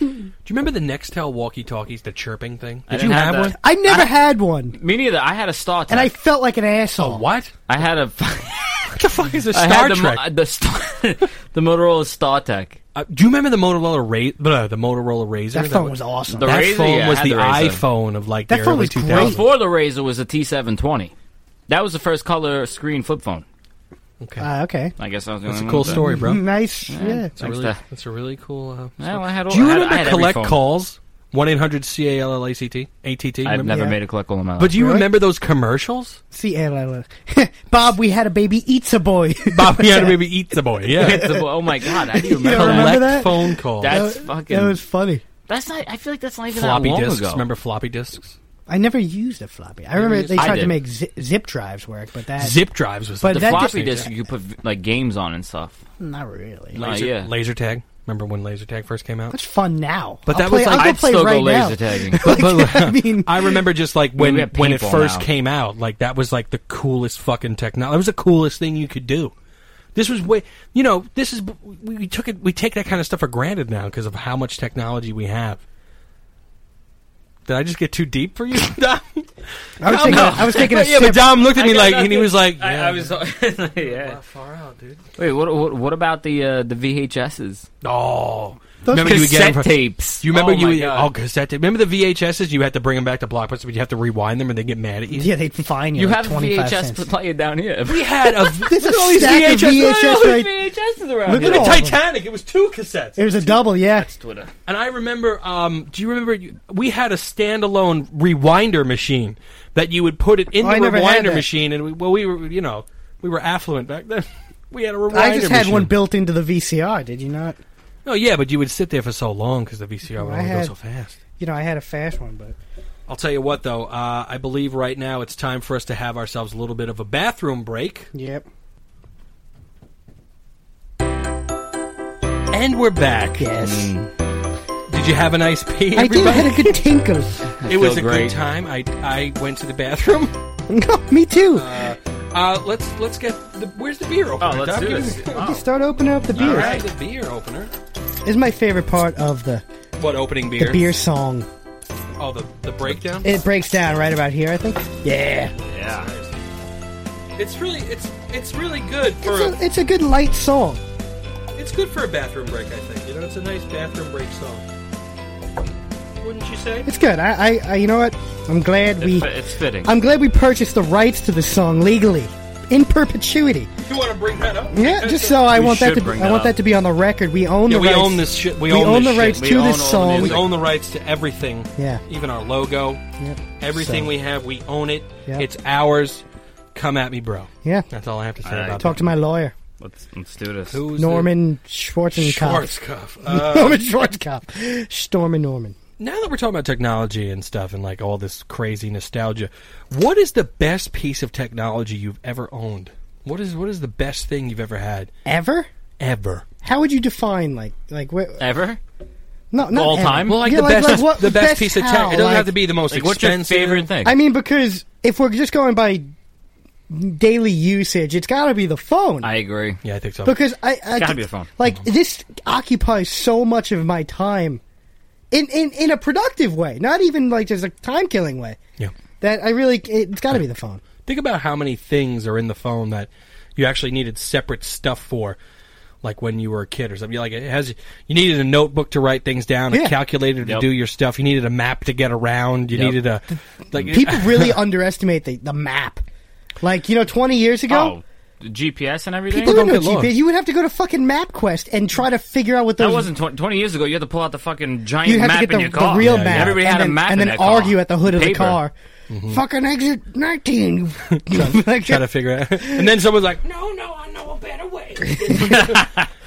Do you remember the Nextel walkie-talkies, the chirping thing? I Did didn't you have have, that. one? I never had one, Me neither. I had a Star Trek. and I felt like an asshole. What? I had a What the fuck is a Star I had the, Trek? Mo- the, Star, the Motorola StarTech. Uh, do you remember the Motorola Ra- blah, the Motorola Razor? That phone was awesome. The that Razor, phone yeah, I was had the, the Razor. iPhone of like That the phone early was great. 2000s. Before the Razor was a T720. That was the first color screen flip phone. Uh, Okay. Ah, okay. Mm, I guess I was. the that's a only cool one with story, bro. Nice. Yeah. It's a Thanks, really, Dad. that's a really cool. Uh, that. story. Well, I had all, do you I had- remember I had every collect phone. calls? One eight hundred C A L L A C T A T T. I've never Yeah. made a collect call in my life. But do you Really? remember those commercials? See, and I look. Bob, we had a baby. Eats a boy. Bobby had a baby eats the boy. Yeah. It's the- oh my god, I do you remember, don't that. remember Collect that? phone calls. That- That- That's fucking- That was funny. That's not. I feel like that's not even floppy that long disks. ago. Remember floppy disks? I never used a floppy. I remember used- they I tried did. to make zip, zip drives work, but that Zip drives was But the that floppy just- disk you could put like games on and stuff. not really. No, laser, Oh, yeah. laser tag. Remember when laser tag first came out? That's fun now. But I'll that play, was like- I'll go I'd play still right go now. laser tagging. Like, I mean, I remember just like when We have when it paintball first now. came out, like that was like the coolest fucking technology. It was the coolest thing you could do. This was way, you know, this is we, we took it. We take that kind of stuff for granted now because of how much technology we have. Did I just get too deep for you, Dom? I was taking, a, I was taking a yeah, sip. but Dom looked at me like, and he was like, I, "Yeah, I was. uh, yeah. far out, dude." Wait, what? What, what about the uh, the VHSs? Oh, Those remember you would get Cassette them from- tapes. You remember oh you my would- God. oh cassette tape. Remember the VHSs? You had to bring them back to Blockbuster, but you have to rewind them, and they get mad at you. yeah, they'd fine you. You like have a 25 VHS cents. player down here. We had a There's a stack of VHS right VHSs around Look here. at all- Titanic. It was two cassettes, It was a double, yeah. Twitter. and I remember. Um, do you remember? you- We had a standalone rewinder machine that you would put it in Oh, the I never had rewinder that. machine, and we, well, we were you know we were affluent back then. We had a rewinder. I just had machine. one built into the VCR. Did you not? No, yeah, but you would sit there for so long because the VCR would I only go had- so fast. You know, I had a fast one, but I'll tell you what, though. Uh, I believe right now it's time for us to have ourselves a little bit of a bathroom break. yep. And we're back. Yes. Did you have a nice pee? I did. I everybody? had a good tinkle. It was a feel great. good time. I, I went to the bathroom. no, me too. Uh, uh, let's let's get the where's the beer opener? Oh, let's Doc? do You this. can- You start opening up the beer. All right, the beer opener. Is my favorite part of the What opening beer? the beer song. Oh, the, the breakdown. It breaks down right about here, I think. Yeah, Yeah. It's really it's it's really good it's for a, a, it's a good light song. it's good for a bathroom break. I think you know it's a nice bathroom break song. Wouldn't you say? It's good. I, I, I you know what? I'm glad we It, fi- it's fitting. I'm glad we purchased the rights to the song legally in perpetuity. You want to bring that up? Yeah, Because just the- so I We want that should to bring I that want up. that to be on the record. We own Yeah, the we rights. own this shit. We, we own, own this the rights shit. We to own this all the song. We music. own the rights to everything. Yeah. even our logo. Yep. Everything So- we have, we own it. Yeah. It's ours. Come at me, bro. Yeah. That's all I have to say All right. about Talk to my lawyer, Let's let's do this. that. Who's Norman the- Schwarzenkopf. Schwarzkopf? Uh, Norman Schwarzenkopf. Stormy Norman. now that we're talking about technology and stuff and like all this crazy nostalgia, what is the best piece of technology you've ever owned? What is what is the best thing you've ever had Ever? ever? How would you define like like where? Ever? No, not all ever. time? Well, like Yeah, the best, what- the best, piece of tech. how, it doesn't like- have to be the most Like, what's expensive. your favorite thing? I mean, because if we're just going by daily usage, it's got to be the phone. I agree. Yeah, I think so. because I, I gotta be the phone. Mm-hmm. Like this occupies so much of my time, in in in a productive way, not even like just a time killing way. yeah. That I really, it's got to be the phone. Think about how many things are in the phone that you actually needed separate stuff for, like when you were a kid or something. Like it has, you needed a notebook to write things down, a Yeah. calculator to Yep. do your stuff. You needed a map to get around. You Yep. needed a like People really underestimate the, the map. Like you know, twenty years ago. Oh, the GPS and everything. People don't don't know get lost. GPS. You would have to go to fucking MapQuest and try to figure out what those that wasn't 20, 20 years ago. You had to pull out the fucking giant you have map to get in the, your car. the real Yeah, map. yeah. Everybody and had a then, map and in then their argue car. at the hood of the Paper. car. Fucking exit nineteen. Like, Mm-hmm. try to figure out. And then someone's like, "No, no, I know a better way."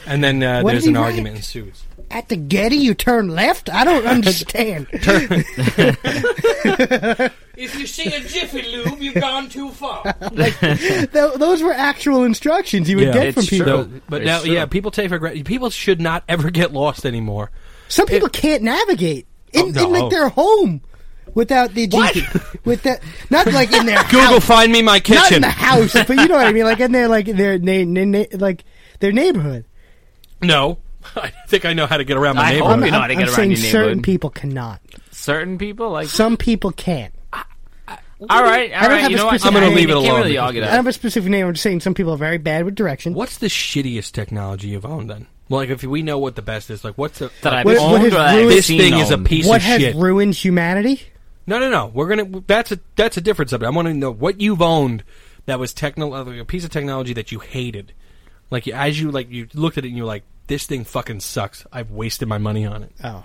and then uh, What there's did an he write? argument ensues. at the Getty, you turn left. I don't understand. If you see a Jiffy Lube, you've gone too far. Th- those were actual instructions you would Yeah, get it's from people. true. So- but It's now, true. yeah, people take for granted. People should not ever get lost anymore. Some people can't navigate in, Oh, no. in like their home without the GPS. With that, not like in their Google, house, find me my not in kitchen. the house, but you know what I mean. Like in their like their na- na- na- like their neighborhood. No, I think I know how to get around my I hope neighborhood. Oh, You know how to I'm get around saying your certain neighborhood. people cannot. Certain people like. Some people can't. all right, all don't right. have a You know what? specific- I'm gonna You leave it can't alone really because- I argue that. don't have a specific name. I'm just saying some people are very bad with direction. What's the shittiest technology you've owned then? Like, if we know what the best is, like, what's the. that I've What- what owned has or that I've ruined- this seen thing is a owned. piece what of has shit. ruined humanity? no, no, no. We're gonna. That's a that's a different subject. I want to know what you've owned that was techno, like a piece of technology that you hated. Like you- as you like you looked at it and you're like, this thing fucking sucks. I've wasted my money on it. Oh,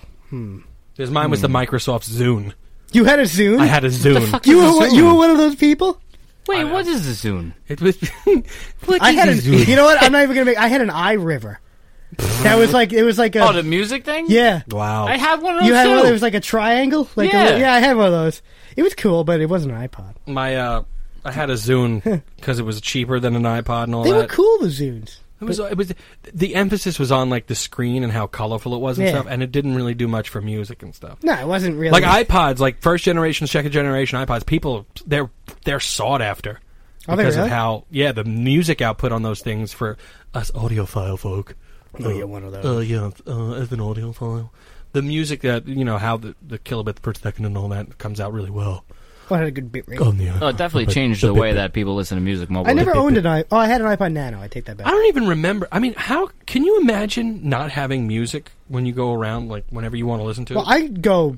Because mine was the Microsoft Zune. you had a Zoom. I had a Zune. fuck you is were a one- Zoom? you were one of those people. Wait, what is the Zoom? It was. Look I at had the an. Zune. You know what? I'm not even gonna make. I had an eye river. that was like it was like a Oh, the music thing. yeah. wow. I have one of those You had too. one. It was like a triangle. Like Yeah. yeah, yeah. I had one of those. It was cool, but it wasn't an iPod. my uh, I had a Zune because it was cheaper than an iPod and all They that. were cool. The Zunes. It was it was the emphasis was on like the screen and how colorful it was and Yeah. stuff, and it didn't really do much for music and stuff. No, it wasn't really. Like iPods, like first generation, second generation iPods, people they're they're sought after Are they because really? of how yeah the music output on those things for us audiophile folk. Oh, yeah, one of those. Uh, yeah, uh, as an audiophile, the music that you know how the, the kilobit per second and all that comes out really well Oh, I had a good bit rate. on the. Oh, it definitely changed the way that people listen to music mobile. I never owned an iPod. Oh, I had an iPod Nano. I take that I back. don't even remember. I mean, how can you imagine not having music when you go around, like whenever you want to listen to Well, it? I go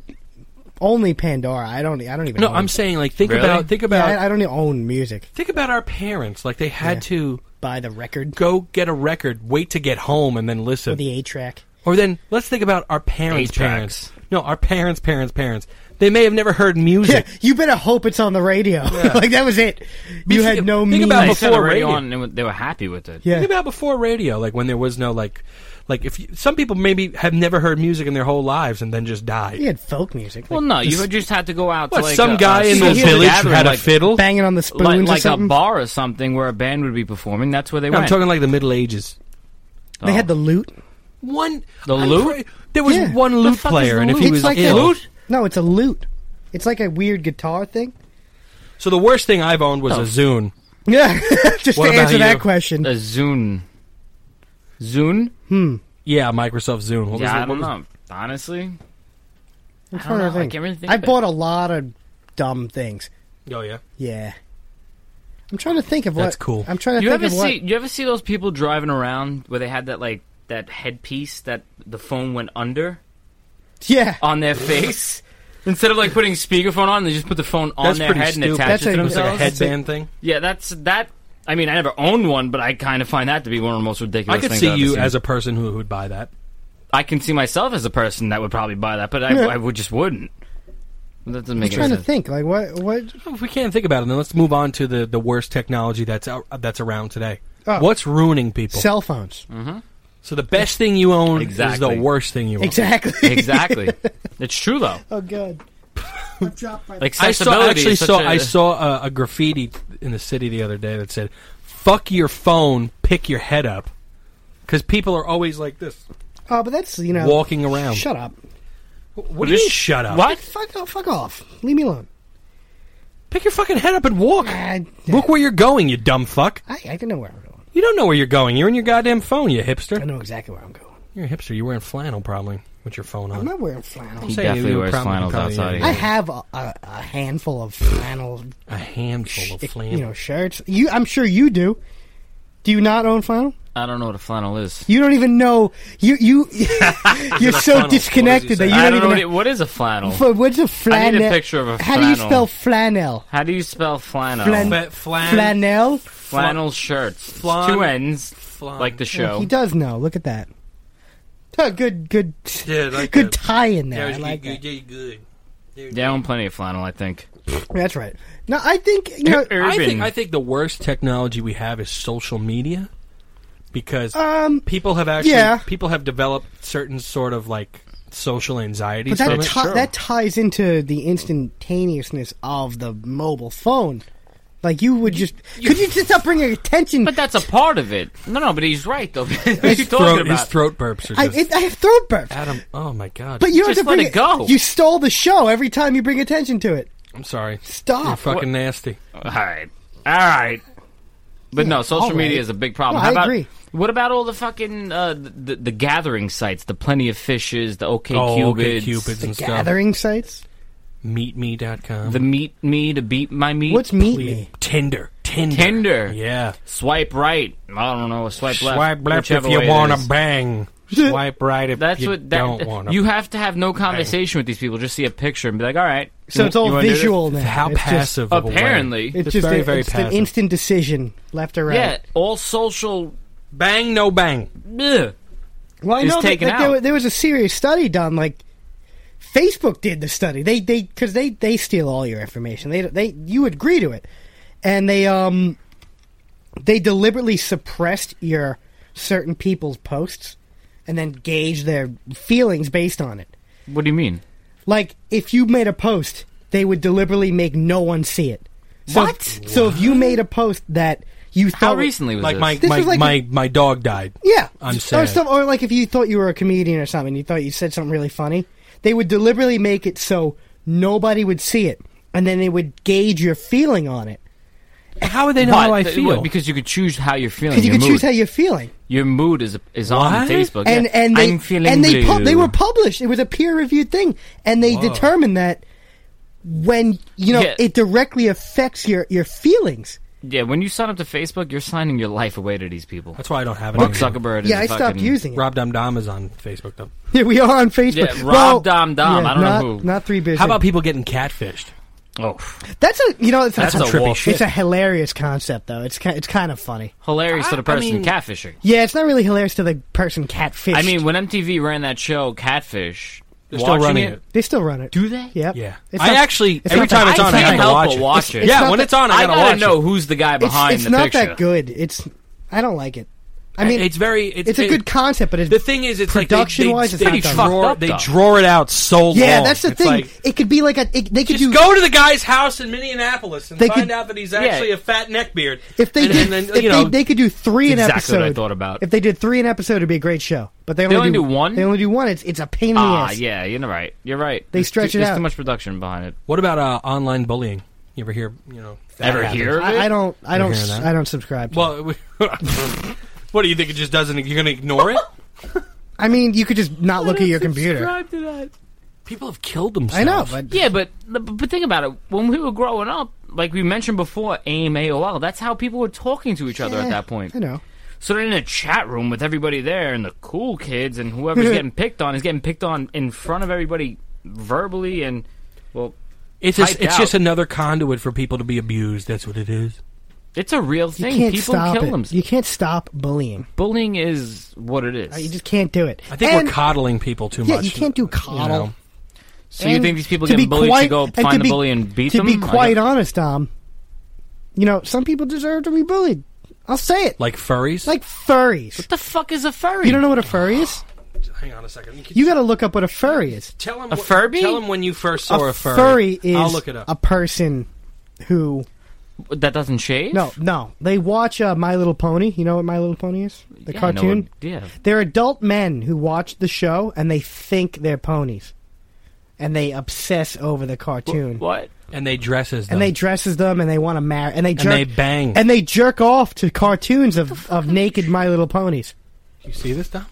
only Pandora. I don't. I don't even. no, own- I'm saying like think Really? about think Yeah, about I, I don't even own music. think about our parents. Like they had Yeah. to Buy the record go get a record, wait to get home, and then listen. or the A track. or then let's think about our parents' Eight tracks. parents. No, our parents' parents' parents. They may have never heard music. you better hope it's on the radio. like that was it. You had no think means. about They before said the radio radio. on, and they were- they were happy with it. yeah. Think about before radio, like when there was no like, like if you, some people maybe have never heard music in their whole lives and then just died. He had folk music. Well, like no, you just had to go out What? to like some a- guy a in the social village who gathering, had a like, fiddle. banging on the spoons like, or like a something. bar or something where a band would be performing. That's where they No, I'm went. talking like the Middle Ages. They had the loot. Oh. One The I'm lute? pretty- there was Yeah. one The lute fuck player, is and if lute? he It's was like ill, a No, it's a loot. It's like a weird guitar thing. so the worst thing I've owned Oh. was a Zune. Yeah. Just What to about answer you? that question. a Zune. Zune? Yeah, Microsoft Zune. What was yeah, it? I What don't was- know. Honestly, I'm I don't trying to know. I think. can't really think I of it. bought a lot of dumb things. Oh yeah, Yeah. I'm trying to think of what. That's cool. I'm trying to you think ever of what. see you ever see those people driving around where they had that like that headpiece that the phone went under yeah. on their face. Instead of like putting speakerphone on, they just put the phone on That's their pretty head and stupid. attach That's it to a- it was like a themselves. That's head- headband thing. yeah, that's that. I mean, I never owned one, but I kind of find that to be one of the most ridiculous. I could things see I've you ever as seen. a person who would buy that. I can see myself as a person that would probably buy that, but I, Yeah. I would just wouldn't. That doesn't I'm make any trying to sense. think. Like what? What? If Oh, we can't think about it, then let's move on to the, the worst technology that's out, that's around today. Oh. What's ruining people? Cell phones. Mm. so the best thing you own is Exactly. the worst thing you own. Exactly. exactly. It's true though. oh god. I've dropped my. Like I saw I sensibility actually is such saw a- I saw a, a graffiti in the city the other day that said, "Fuck your phone, pick your head up," because people are always like this, oh, but that's you know. walking around. Shut up. What do you Just- mean, shut up? What? Fuck off. Fuck off. Leave me alone. Ah, Pick your fucking head up and walk. I, Look where you're going, you dumb fuck. I, I don't know where I'm going. You don't know where you're going. You're in your goddamn phone, you I hipster. know exactly where I'm going. You're a hipster. You're wearing flannel probably with your phone I'm on. not wearing flannel. He saying definitely you wears probably- flannels probably- outside of I here. have a, a, a handful of flannel, A handful of flannel. you know, shirts. You, I'm sure you do. Do you not own flannel? I don't know what a flannel is. You don't even know. You you you're so flannel. disconnected What that does you he don't, I don't know even. what, it, what is a flannel. F- what's a flannel? I need a picture of a How do you flannel. spell flannel? How do you spell flannel? Flan- But flan, Flannel. flannel shirts, Flan- two ends, flan. like Oh, the show. He does know. Look at that. Oh, good, good, Yeah, like good that. tie in Yeah, there. I you like good, that. yeah, you good. Yeah, I own plenty of flannel. I think. That's right. No, I think you know. Urban. I think I think the worst technology we have is social media because Um, people have actually yeah. people have developed certain sort of like social but anxieties that from it. ti- true. that ties into the instantaneousness of the mobile phone. Like you would just could you just stop bringing attention? but that's a part of it. No, no, but he's right though. what are you His talking throat, his about? throat burps are I, just it, I have throat burps. Adam. Oh my god! But you don't Just have to bring let it go. You stole the show every time you bring attention to it. I'm sorry. Stop. You're fucking What- nasty. all right, all right. But no, all social media right. is a big problem. No, How I about agree. what about all the fucking uh, the, the gathering sites, the plenty of fishes, the OK Oh, okay, Cupids, cupids and stuff. Gathering sites. Meetme.com. the meet me to beat my meat, What's meet Please. me? Tinder. Tinder. Tinder, Yeah. swipe right. I don't know, swipe left, Swipe left if whichever way you it want is. to bang. Swipe right if That's you what that, don't want to. You have to have no conversation with these people. Just see a picture and be like, "All right." So you- it's all you wanna do this? visual now. How It's just- passive? of a way. Apparently, it's It's just very, a- very it's passive. an instant decision, left or right. yeah, all social. bang, no bang. Ugh. Well, I is know that, taken like, There, out. was, there was a serious study done. Like Facebook did the study. They they because they they steal all your information. They they you agree to it, and they um they deliberately suppressed your certain people's posts, and then gauge their feelings based on it. What do you mean? Like if you made a post, they would deliberately make no one see it. So, What? So if you made a post that you thought How recently was Like this? my This my, is like my, a- my dog died. Yeah, I'm Or, sad. some, or like if you thought you were a comedian or something, you thought you said something really funny. They would deliberately make it so nobody would see it, and then they would gauge your feeling on it How would they know But- how I th- feel? what, because you could choose how you're feeling. because you your could mood. choose how you're feeling. your mood is is on What? Facebook. And yeah. and they I'm feeling and they blue. pub- they were published. It was a peer reviewed thing, and they determined that when you know Yeah. it directly affects your your feelings. yeah, when you sign up to Facebook, you're signing your life away to these people. That's why I don't have it. Mark anymore. Zuckerberg. is yeah, a I stopped fucking- using it. Rob Dom Dom is on Facebook though. yeah, we are on Facebook. Yeah, Rob Well, Dom Dom, yeah, I don't not, know who. Not three business. How about people getting catfished? Oh, that's a you know it's That's it's some trippy wolf. shit. It's a hilarious concept, though. It's ki- it's kind of funny. hilarious I- to I the person mean- catfishing. Yeah, it's not really hilarious to the person catfish. I mean, when MTV ran that show Catfish, They're still Watching running it? it. They still run it. Do they? Yep. Yeah, It's I not- actually every not time that- it's I on, I can't gotta help watch but it. watch it. It's Yeah, not when that- it's on, I I gotta gotta watch know it. who's the guy It's, behind it's the not picture. that good. It's I don't like it. I mean, it's it's, very. It's, a it- good concept, but it's The thing is, it's Production-wise, like it's they, they, not they, done draw, well. they draw it out so long. yeah, that's the It's thing. like, it could be like a it, they could do just go to the guy's house in Minneapolis and They find could- out that he's actually Yeah. a fat neckbeard. if they and, did and if then, you know, they, they could do three an Exactly episode. what I thought about. If they did three an episode, it'd be a great show. But they only, only do one? They only do one. It's it's a pain in the Ah, ass. yeah, you're right. You're right. They There's stretch too, it there's out. too much production behind it. what about uh, online bullying? You ever hear? You know, that Ever happens? hear? I, I don't I don't hear that. I don't subscribe. to it. Well, what do you think? It just doesn't. You're gonna ignore it? I mean, you could just not look at your computer. People have killed themselves. I know, but Yeah, but but think about it. When we were growing up, like we mentioned before, AIM, AOL. That's how people were talking to each other at Yeah, that point. I know. So they're in a chat room with everybody there, and the cool kids, and whoever's getting picked on is getting picked on in front of everybody verbally, and well, it's just, typed it's out. just another conduit for people to be abused. That's what it is. it's a real You thing. can't People stop kill it. themselves. You can't stop bullying. Uh, Bullying is what it is. You just can't do it. I think And- we're coddling people too Yeah, much. you can't do You coddle. know, so you And think these people to getting be bullied quite- to go and find to the be- bully and beat to them? be I quite guess- honest, Dom, you know some people deserve to be bullied. I'll say it. Like, like furries. furries. the fuck is a furry? You don't know what a furry is? hang on a second. You, You got to look up what a furry is. tell him A Furby? Tell him when you first saw a, furry. is I'll look it up. a person who that doesn't shave. no no they watch uh, My Little Pony. You know what My Little Pony is? The Yeah, I know cartoon. what- yeah. They're adult men who watch the show and they think they're ponies, and they obsess over the cartoon. What? and they dress as them. and they dress as them and they want to marry and they jerk they bang. and they jerk off to cartoons of, of naked My Little Ponies. you see this Dom?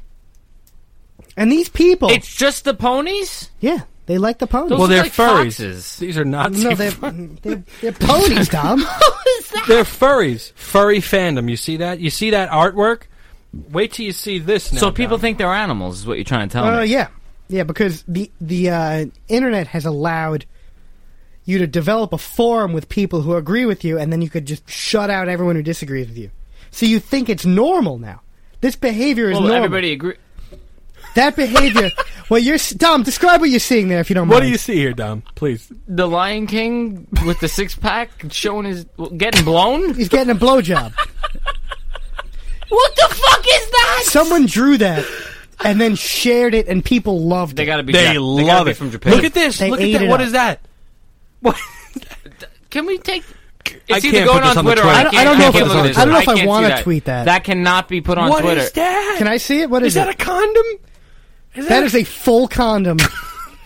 And these people, It's just the ponies. yeah, they like the ponies. Those Well, look they're like furries. foxes. These are not. no, they're, they're, they're ponies, Dom. They're furries. Furry fandom. You see that? You see that artwork? Wait till you see this. Now, So people Dom. think they're animals. Is what you're trying to tell Oh me? yeah, yeah, because the the uh, internet has allowed you to develop a forum with people who agree with you, and then you could just shut out everyone who disagrees with you. So you think it's normal now. This behavior is Well, normal. everybody agree. That behavior. well, you're s- Dom. Describe what you're seeing there, if you don't What mind. do you see here, Dom? Please. The Lion King with the six pack showing his well, getting blown. He's getting a blowjob. what the fuck is that? Someone drew that and then shared it, and people loved They it. gotta be. They Jap- they gotta love be it. from Japan. Look at this. They Look ate at it that. What up. is that? What? Can we take? I It's either can't going put this on on the Twitter. or Twitter. I don't- I can't- don't know if can't it's look on at this. the Twitter. I don't know if I can't see wanna tweet that. That cannot be put on What Twitter. is that? Can I see it? What is, Is that it? a condom? Is that is a full condom.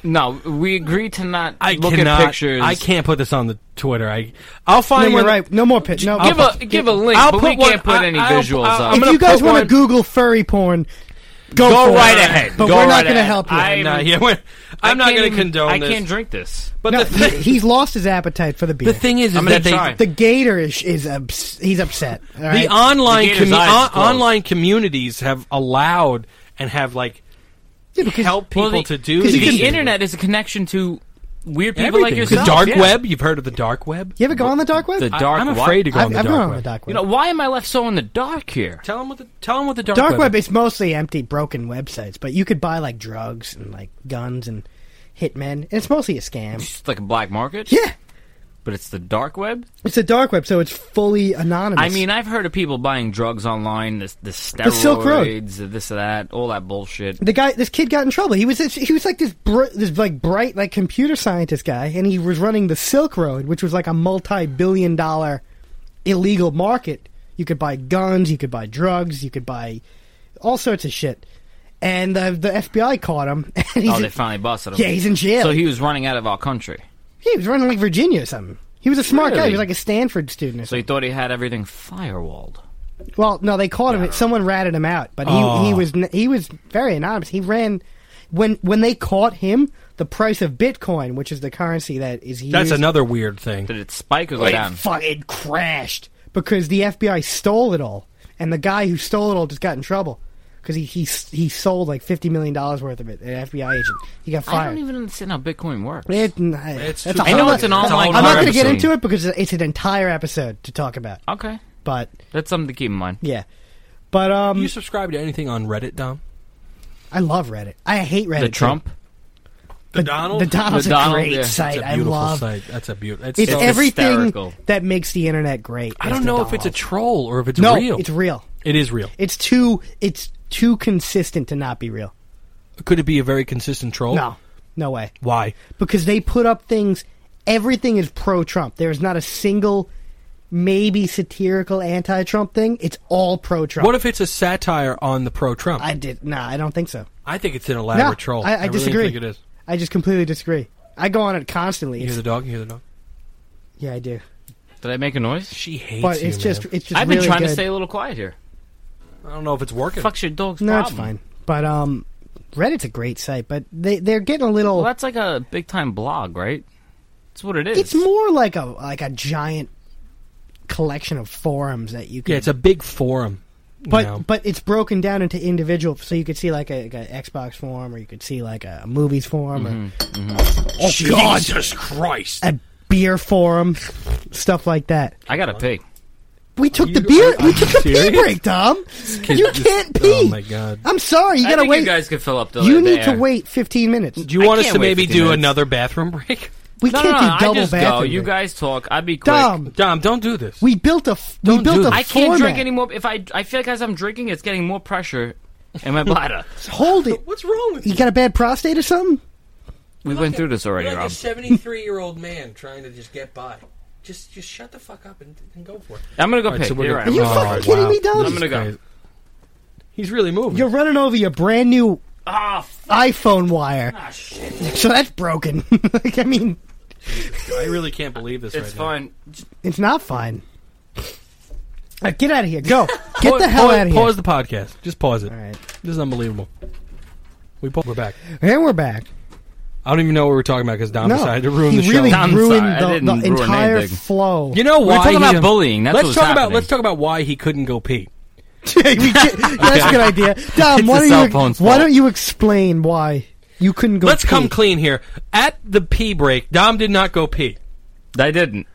No, we agree to not I look cannot. at pictures. I can't put this on the Twitter. I. I'll no, find. you're one- right. No more pit. No. Give a give a link, I'll but put we one- can't put I- any I'll- visuals I'll- up. I'm if gonna you guys put want to one- Google furry porn, go, Go for it. right ahead. But Go we're right not going to ahead. help you. I- No, yeah, we're- I'm not can't going to even- condone I this. can't drink this. But no, the thing, he, he's lost his appetite for the beer. the thing is, is I'm gonna that they, try. the gator is, is ups, he's upset. all right? the online The gator's commu- eyes on- is closed. online communities have allowed and have like Yeah, because- help people Well, the- to do because these you The can- things. internet is a connection to weird people Everything. like yourself. the dark yeah. web. You've heard of the dark web? You ever go on the dark web? The I- dark I'm web. afraid to go I've, on the I've dark gone on web. the dark web. You know why am I left so in the dark here? Tell them what the tell them what the dark, dark web is. is mostly empty, broken websites, but you could buy like drugs and like guns and hitmen. And it's mostly a scam. It's just like a black market, Yeah, but it's the dark web. it's a dark web, so it's fully anonymous. I mean, I've heard of people buying drugs online, the, the steroids, Silk Road. the this, that, all that bullshit. the guy, this kid got in trouble. He was this, he was like this br- this like bright like computer scientist guy, and he was running the Silk Road, which was like a multi billion dollar illegal market. You could buy guns, you could buy drugs, you could buy all sorts of shit. And the, the FBI caught him. And he's Oh, in- they finally busted him. yeah, he's in jail. So he was running out of our country. He was running like Virginia or something. He was a smart guy. He Really? was like a Stanford student or So he something. thought he had everything firewalled. well, no, they caught him. Someone ratted him out, but he Oh. he was n- he was very anonymous. He ran when when they caught him. The price of Bitcoin, which is the currency that is used, That's another weird thing. Did it spike or go It down? fucking crashed because the FBI stole it all, and the guy who stole it all just got in trouble because he, he s- he sold like fifty million dollars worth of it. An FBI agent, he got I fired. don't even understand how Bitcoin works. It- It's that's too- a I whole know other- it's an online I'm not going to episode. get into it because it's an entire episode to talk about. Okay, But that's something to keep in mind. Yeah. But um, Do you subscribe to anything on Reddit, Dom? I love Reddit. I hate Reddit. The too. Trump. The Donald. The Donald's The Donald, a great yeah. It's a That's site. a I beautiful love. site. That's a beautiful. It's, It's so- everything hysterical. that makes the internet great. I is don't the know if it's a Donald. troll or if it's no. real. It's real. It is real. It's too. It's too consistent to not be real. Could it be a very consistent troll? No, no way. Why? Because they put up things. Everything is pro-Trump. There is not a single, maybe satirical anti-Trump thing. It's all pro-Trump. What if it's a satire on the pro-Trump? I I, did? Nah, I don't think so. think it's an elaborate no, troll. I, I, really disagree. think it is. I just completely disagree. I go on it constantly. You hear It's- the dog? You hear the dog? yeah, I do. Did I make a noise? She hates But you, it's just, man. it's just. I've been really trying to good. stay a little quiet here. I don't know if it's working. Fuck's your dog's No, problem. it's fine. But um, Reddit's a great site, but they they're getting a little. Well, that's like a big time blog, right? That's what it is. it's more like a like a giant collection of forums that you can. Yeah, it's a big forum. you but know. but it's broken down into individual, so you could see like a, like a Xbox forum, or you could see like a movies forum, Mm-hmm. or Jesus Christ! a beer forum, stuff like that. I gotta pee. We took you- the beer. are We you took a pee serious? break, Tom. kid You just- can't pee. oh my God. I'm sorry. You I gotta think wait. you guys could fill up the. You the need to air. wait 15 minutes. Do you want I us can't to wait maybe 15 do minutes. another bathroom break? We No, no, can't no, do double I just bathroom. go. You break. guys talk. I'd be quick. Dumb. Dom, don't do this. We built a. F- we Don't do built a. this. I can't format. drink anymore. If I, I feel like as I'm drinking, it's getting more pressure in my bladder. Hold it. What's wrong with You got a bad prostate or something? we went through this already, Rob. 73 year old man trying to just get by. Just, just shut the fuck up and, and go for it. I'm gonna go All pee. right, so we're You're gonna- Are right. you Oh, fucking kidding wow. me, Dom? I'm gonna go. Christ. He's really moving. You're running over your brand new Ah, f- iPhone wire, ah, shit. so that's broken. like, I mean, I really can't believe this. right It's now. fine. it's not fine. All right, get out of here. Go. Get the Pause- hell pause, out of here. Pause the podcast. Just pause it. All right, This is unbelievable. We pull, we're back. and we're back. I don't even know what we were talking about because Dom No, decided to ruin he the really show. I'm sorry, I ruined didn't the, ruin the entire anything. flow. You know We're why? talking he- about bullying. That's let's what's talk about. happening. Let's talk about why he couldn't go pee. Yeah, we did- yeah, that's a good idea. Dom, It's why don't, the cell you, phone's why fault. don't you explain why you couldn't go? Let's come pee? clean here. At the pee break, Dom did not go pee. I didn't.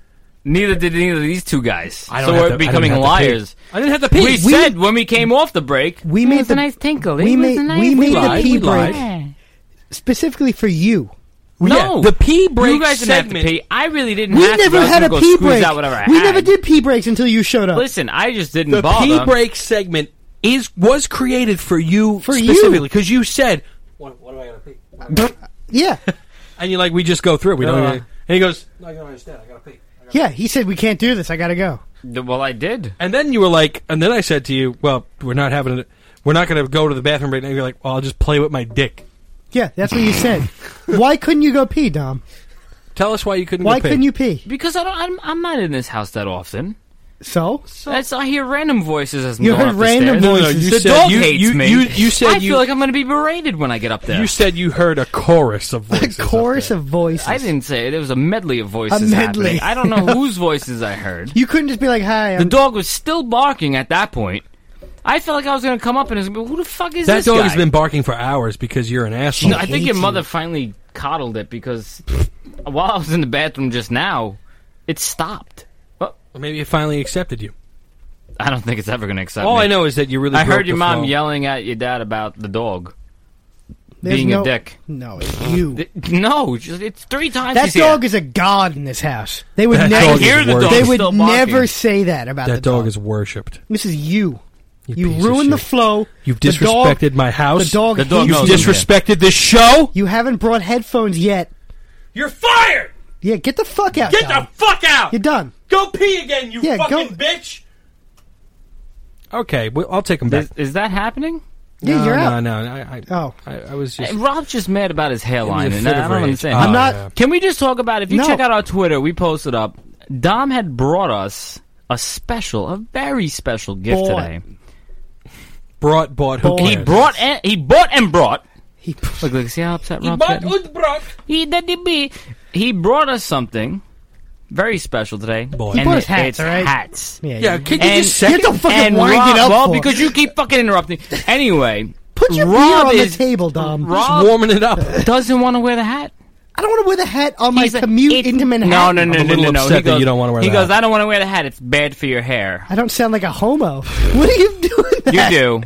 Neither did any of these two guys. I don't so have to- we're I don't becoming have to pee. liars. I didn't have to pee. We, said when we came off the break. We made the tinkle. we made we made the lied, pee we lied. break specifically for you. No, the pee break You guys didn't segment- have to pee. I really didn't. We have to, but I never was had a gonna go pee squeeze break. Out whatever I we had. never did pee breaks until you showed up. Listen, I just didn't the bother. pee break segment is was created for you you. specifically because you said, what, "What do I gotta pee?" Yeah, And you're like, "We just go through. it. We don't." Uh. even- and he goes, "No, you don't understand. I gotta pee." yeah. He said we can't do this. I gotta go. D- Well, I did. And then you were like, and then I said to you, "Well, we're not having it. We're not going to go to the bathroom right now." You're like, "Well, I'll just play with my dick." Yeah, that's what you said. Why couldn't you go pee, Dom? Tell us why you couldn't. Why go pee. couldn't you pee? Because I don't, I'm, I'm not in this house that often. So That's, I hear random voices as I'm You going heard up the random stairs. No, no, voices. you the said dog you, hates you, me. You, you said I you, feel like I'm going to be berated when I get up there. you said you heard a chorus of a voices. up chorus there. of voices. I didn't say it. It was a medley of voices. medley. Happening. I don't know whose voices I heard. You couldn't just be like, "Hi." The I'm, dog was still barking at that point. I felt like I was going to come up and it was gonna be, who the fuck is That this dog guy? has been barking for hours because you're an asshole. No, I think your hates mother you. finally coddled it because while I was in the bathroom just now, it stopped. Well, Maybe it finally accepted you. I don't think it's ever going to accept. All me. I know is that you really. I broke heard your the mom flow. yelling at your dad about the dog there's being no, a dick. No, it's you. Th- No, just, it's three times. that he's here. dog is a god in this house. They would That never. dog is Hear the worship. dog they is would still barking. never say that about the That dog. dog is worshipped. this is you. You, piece of ruined the shit. flow. You've The dog- disrespected my house. The dog. The dog hates You've knows you. I'm here. disrespected this show. You haven't brought headphones yet. You're fired. Yeah, get the fuck out. Get Dom. the fuck out. You're done. Go pee again, you Yeah, go- fucking bitch. Okay, well, I'll take him back. Is, is that happening? Yeah, no, you're no, out. no, I, I, Oh. I, I was Hey, just. Rob's just mad about his hairline, It was a and fit I of don't rage. understand. Uh, Oh, I'm not- yeah. Can we just talk about if you No. check out our Twitter? We posted up. Dom had brought us a special, a very special gift Bought. today. Brought, bought, who Bought. cares? He brought and he bought and brought. He, Look, look, see how upset He Rob's bought getting? und brought. He did the bee. He brought us something very special today. Boy. And He brought us hats, it's all right? hats. yeah, Yeah, you- can you And- just Get second? the fucking and wind Rob, it up. well, for. because you keep fucking interrupting. Anyway, put your Rob beer on is- the table, Dom. Rob warming it up. doesn't want to wear the hat. I don't want to wear the hat on He's my like, commute it- into No, Manhattan. no, no, I'm a no, little no, no. upset he that goes, you don't wanna wear He the goes, hat. I don't want to wear the hat. It's bad for your hair. I don't sound like a homo. What are you doing? You That? do.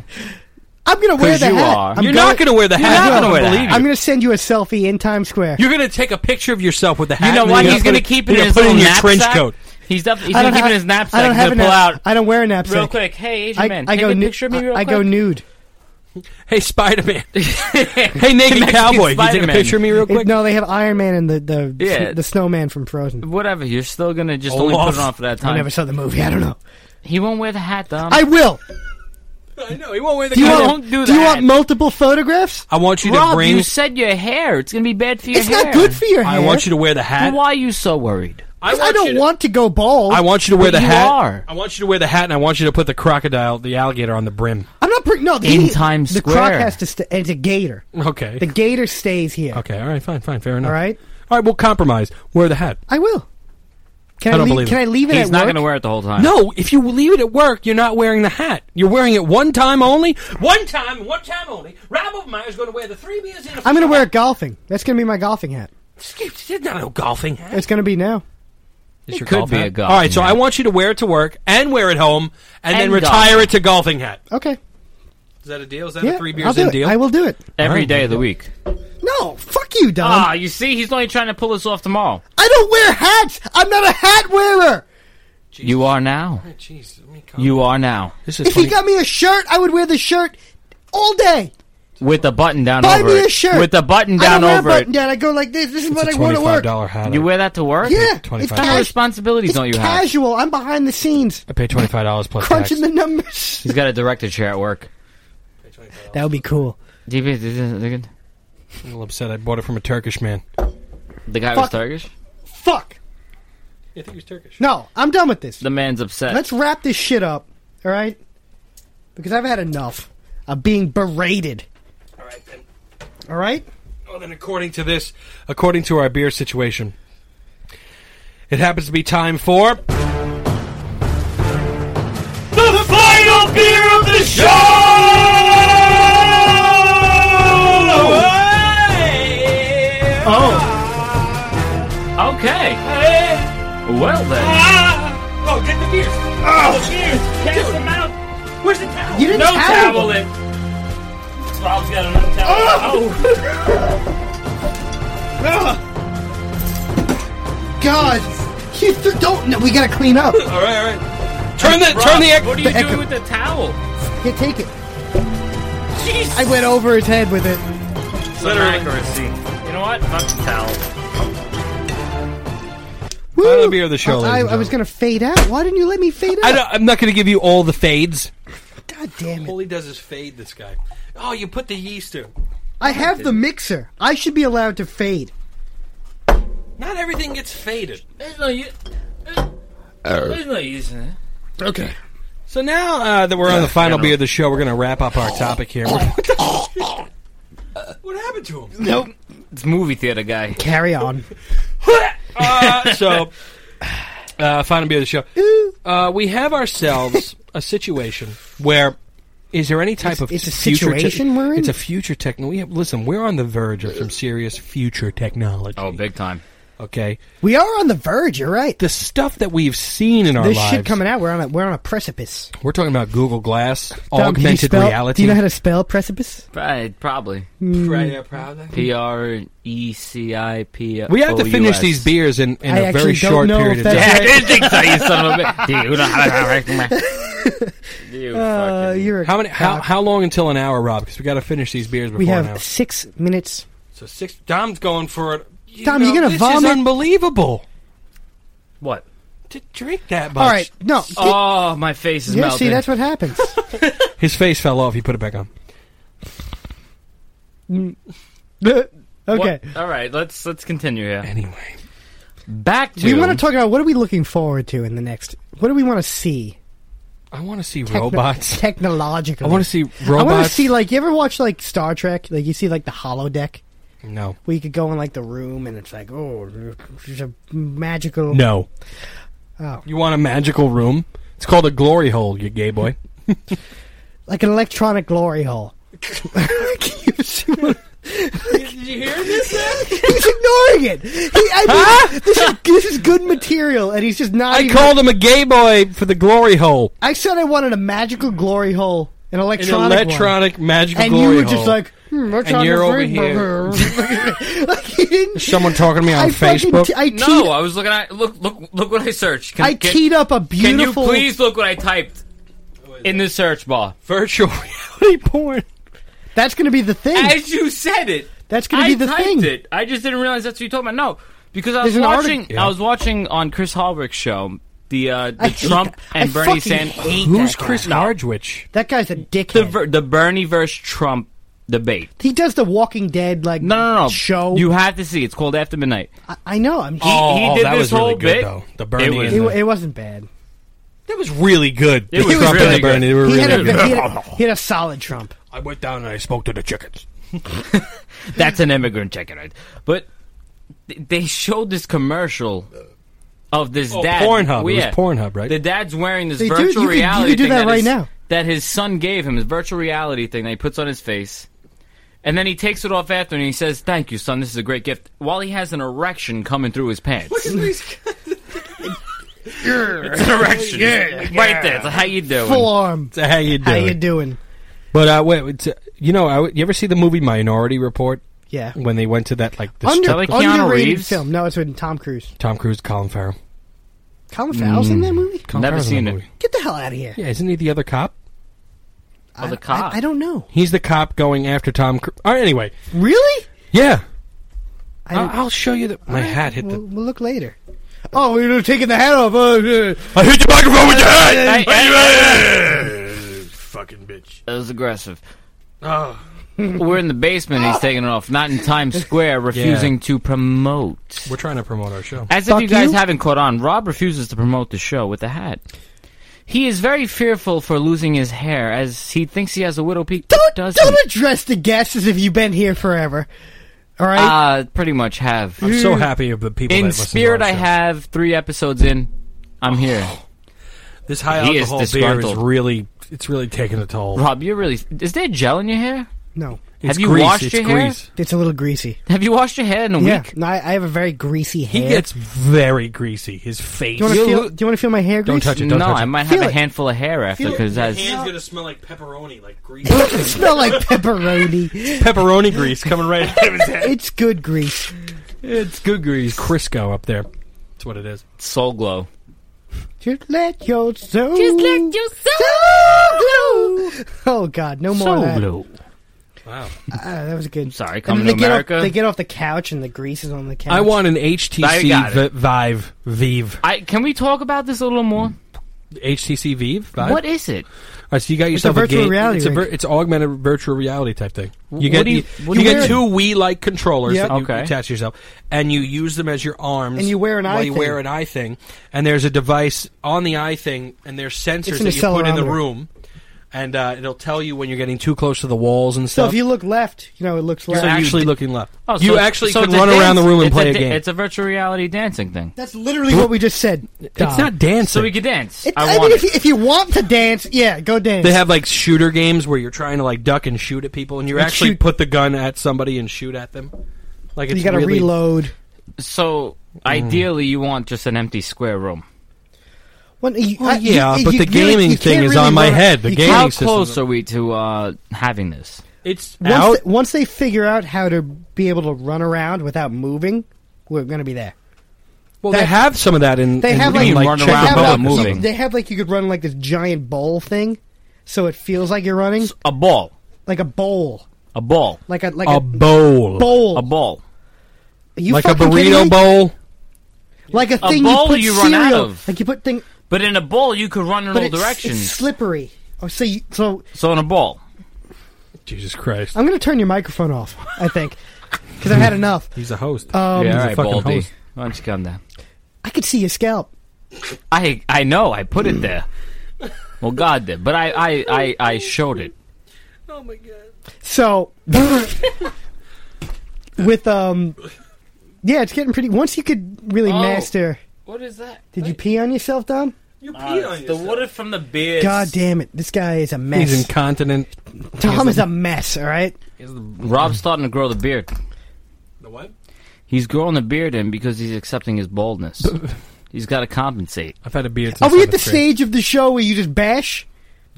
I'm gonna wear 'Cause the you hat. are. I'm You're not going to wear the hat. not I don't gonna wear the believe hat. you. I'm gonna send you a selfie in Times Square. You're going to take a picture of yourself with the hat. You know and what? you're He's gonna going to put keep it- it you're in his gonna put little it in your knapsack. trench coat. He's definitely I going don't to keep have, it in his knapsack. I don't He's have gonna a pull knap- out I don't wear a knapsack. real quick. Hey, Asian I, man, I take go a nu- picture of me I- real I quick. go nude. Hey, Spider Man. hey, Naked Cowboy. Can you Mexican take a Spider-Man. picture of me real It- quick? no, they have Iron Man and the the, Yeah. the snowman from Frozen. Whatever. You're still going to just only put Olaf. it on for that I time. never saw the movie. I don't know. He won't wear the hat, Dom. I will. I know. He won't wear the Do you I want, don't do you that. want multiple photographs? I want you to Rob, bring. you said your hair. It's going to be bad for your It's hair. not good for your hair. I want you to wear the hat. Then Why are you so worried? I, want I you don't to- want to go bald. I want you to wear But the you hat. are. I want you to wear the hat, and I want you to put the crocodile, the alligator, on the brim. I'm not. Pre- no, the, In Times the Square. croc has to. St- it's a gator. Okay. The gator stays here. okay. All right. Fine. Fine. Fair enough. All right. All right. We'll compromise. Wear the hat. I will. Can I I, don't leave? believe Can it. I leave it He's at not work? going to wear it the whole time. No, if you leave it at work, you're not wearing the hat. You're wearing it one time only. One time, one time only, Rob Obermeyer is going to wear the three beers in a I'm going to wear it golfing. That's going to be my golfing hat. There's not no golfing hat. It's going to be now. It could be a golfing All right, so hat. I want you to wear it to work and wear it home, and, then And retire golfing. it to golfing hat. Okay. Is that a deal? Is that Yeah. a three I'll beers do in it. deal? I will do it. Every day of the week. No, fuck you, Don. Ah, you see, he's only trying to pull us off tomorrow. I don't wear hats. I'm not a hat wearer. You are now. Jeez, let me come. You are now. This is If funny. he got me a shirt, I would wear the shirt all day. With the button down Buy over me it. a shirt. With the button I down don't wear a over button it. down. I go like this. This is what It's I a wear to work. $25 hat. You wear that to work? Yeah, $25. it's What kind What of cash- responsibilities it's don't you have? casual. I'm behind the scenes, I pay twenty five dollars plus crunching tax. the numbers. He's got a director chair at work. That would be cool. The I'm a little upset. I bought it from a Turkish man. guy was Fuck. Turkish? Fuck. I think he was Turkish. No, I'm done with this. The man's upset. Let's wrap this shit up, all right? Because I've had enough of being berated. All right then. All right. Well, then, according to this, according to our beer situation, it happens to be time for The final beer of the show! Okay. Well then. Ah! Oh, get the beers! Oh, the beers! Cast them out! Where's the towel? You didn't no towel towel in. Rob's got another towel. Oh! God, you th- don't. No, we gotta clean up. All right, all right. Turn the turn the egg. What are you The echo. doing with the towel? Here, take it. I went over his head with it. Accuracy. You know what? Fuck the towel. Woo! Final beer of the show, Oh, ladies I, and I was gentlemen. gonna fade out. Why didn't you let me fade out? I don't, I'm not going to give you all the fades. God damn it! All he does is fade this guy. Oh, you put the yeast in. I have the mixer. I should be allowed to fade. Not everything gets faded. There's no use. There's no use in it. Okay. So now uh, that we're on the final beer of the show, we're going to wrap up our topic here. what happened to him? Nope. It's movie theater guy. Carry on. Uh, so, uh, final beer of the show. Uh, we have ourselves a situation where is there any type of it's a future te- situation we're in? It's a future techno. We have, listen, we're on the verge of some serious future technology. Oh, big time. Okay, We are on the verge. You're right. the stuff that we've seen in our This lives. shit coming out. We're on a we're on a precipice. We're talking about Google Glass, Tom, can you augmented spell- reality. Do you know how to spell precipice? Right, probably. P R E C I P. we have to finish these beers in, in I a very actually don't short know period if of that's- time. Yeah, I didn't think so, you son of a bitch. Do you know how You Uh, fucking. you're a How many? How, cock. how long until an hour, Rob? Because we got to finish these beers before we an hour. have six minutes. So six. Dom's going for it. You Dom, know, you gonna this vomit? Is unbelievable What? to drink that much. All right. No. Oh, my face is yeah. melting. See, that's what happens. His face fell off. He put it back on. okay. What? All right, let's let's continue here. Anyway, Back to We want to talk about what are we looking forward to in the next. What do we want to see? I want to see Techno- robots. I Technologically. want to see I want robots. to see like you ever watch like Star Trek? Like you see like the holodeck no, where you could go in like the room and it's like oh there's a magical no. Oh. You want a magical room? It's called a glory hole. You gay boy. like an electronic glory hole. Can you see what- Did you hear this? he's ignoring it. He, I mean, this, is, this is good material, and he's just not. I even- called him a gay boy for the glory hole. I said I wanted a magical glory hole, an An electronic, one. electronic magical and you glory were just hole. like, hmm, what's And on you're the over free- here. like, you didn't. someone talking to me on I fucking Facebook. Te- I teed, No, I was looking at look look look what I searched. Can, I can- teed up a Can you beautiful. please look what I typed in the search bar? virtual reality porn. That's going to be the thing. As you said it, That's going to I be the typed thing. it. I just didn't realize that's what you told me. No, because I was There's an artic- watching. I was watching on Chris Hallberg's show the uh, the I hate Trump that. and I Bernie fucking Sanders. hate Who's that guy. Chris Hardwich? That guy's a the dickhead. ver- the Bernie versus Trump debate. he does the Walking Dead like No, no, no. show. You have to see. It's called After Midnight. I, I know. I'm. Just, Oh, he oh, did that this was really whole good bit. though. The Bernie. was- and it, the- it wasn't bad. that was really good. The It was Trump really and the Bernie. good. They were He really had, a, good. he, had a, he had a solid Trump. I went down and I spoke to the chickens. That's an immigrant checking it. But th- they showed this commercial of this Oh, dad. Pornhub. Well, It was Pornhub, right? The dad's wearing this They do- you virtual could- you reality could do thing that right his, now. that his son gave him, his virtual reality thing that he puts on his face. And then he takes it off after and he says, Thank you, son, this is a great gift. While he has an erection coming through his pants. it's an erection. Right there. It's like, how you doing? Full arm. So how you How doing? you doing? But uh, wait, wait, t- you know, I w- you ever see the movie Minority Report? Yeah. When they went to that like the Under, strip- like Keanu underrated Reeves? film. No, it's with Tom Cruise. Tom Cruise, Colin Farrell. Colin Farrell's in that movie. Colin Never Farrell's in seen that it. movie. Get the hell out of here. Yeah, isn't he the other cop? Oh, the I- cop. I, I don't know. He's the cop going after Tom. Cruise. All right, anyway, Really? yeah. I I, don't- I'll show you the. My hat hit We'll, the. we'll look later. Oh, we are taking the hat off. Uh, uh, I hit the microphone with the hat. Hey, hey, hey, Fucking bitch. that was aggressive. Oh. We're in the basement. He's taking it off, not in Times Square, refusing to promote. We're trying to promote our show. As if Fuck you guys you. haven't caught on, Rob refuses to promote the show with the hat. He is very fearful for losing his hair, as he thinks he has a widow peak. don't does don't address the guests as if you've been here forever. All right. Uh, pretty much have. I'm so happy of the people. that In listen to spirit, our I show. Oh. have three episodes in. I'm here. this high He is alcohol beer is disgruntled. really. It's really taking a toll. Rob, you're really. Is there gel in your hair? no, It's have you grease, washed it's your hair? grease. it's a little greasy. Have you washed your hair in a Yeah. week? No, I, I have a very greasy He hair. gets very greasy. His face. do you want to You- feel? Do you want to feel my hair? Don't grease? touch it. No, Don't touch I it. might Feel have a it. handful of hair after Feel it. because that's gonna smell like pepperoni, like grease. It smell like pepperoni. pepperoni grease coming right out of his head. It's good grease. It's good grease, Crisco up there. That's what it is. soul glow. Just let your soul. Just let your soul soul glow. Oh God, no more. of Soul that. glow. Wow. Ah, that was good. Sorry, And coming then they to get, off, America. they get off the couch and the grease is on the couch. I want an I HTC got v- Vive Vive I can we talk about this a little more? HTC Vive. Vive? What is it? All right, so you got It's a yourself virtual game- reality It's, a vir- rig. it's augmented virtual reality type thing. You What get do you, you- what do you you get wear? two Wii like controllers Yep. that you Okay. attach to yourself, and you use them as your arms. And you wear an while eye you wear thing. an eye thing, and there's a device on the eye thing, and there's sensors an that you put in the accelerometer. room, and uh, it'll tell you when you're getting too close to the walls and So stuff. if you look left, you know it looks So left. you're actually actually looking left. Oh, so you it's- actually so could it's a run around the dance- room and it's play a, da- game. It's a virtual reality dancing thing, That's literally what we just said. It's Dom. not dancing. so we could dance. It, I, I, want mean, it. if you, if you want to dance, yeah, go dance. They have like shooter games where you're trying to like duck and shoot at people, and you And actually shoot- put the gun at somebody and shoot at them. Like it's you got to really- reload. So ideally, you want just an empty square room. When, you, Well, I- you- yeah, you but the can't gaming you thing can't is really on my run- head. The you game- can't- How systems close are- are we to uh, having this? It's out. Once they, once they figure out how to be able to run around without moving, we're going to be there. well, they that- have some of that in. They in- have like in, like run they around have, without like, you- moving. they have like you could run like this giant bowl thing, so it feels like you're running A ball, like a bowl, a ball, like a like a bowl, bowl, a ball. Are you like a fucking kidding burrito me? bowl. like a thing bowl you put you cereal, run out of. like you put thing, But in a ball, you could run in but all it's, directions. it's slippery. Oh, so you, so so in a ball, Jesus Christ, I'm going to turn your microphone off. I think because I've had enough. he's a host. Um, yeah, a all right, fucking Baldy. host. Why don't you come down? I could see your scalp. I I know I put it there. Well, God did, but I I, I, I showed it. So with um, yeah, it's getting pretty. Once you could really Oh. master. What is that? Did you pee on yourself, Dom? you pee the water from the beer. God damn it! This guy is a mess. He's incontinent. Tom is a mess. All right. Rob's starting to grow the beard. The what? He's growing the beard in because he's accepting his baldness. he's got to compensate. I've had a beard. Since Are we at the seventh grade. stage of the show where you just bash?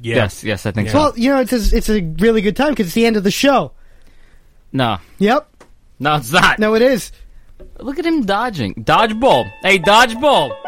Yeah. Yes, yes, I think so. Well, you know, it's a, it's a really good time because it's the end of the show. No, Yep. no, it's not. No, it is. Look at him dodging. Dodgeball. Hey, dodgeball.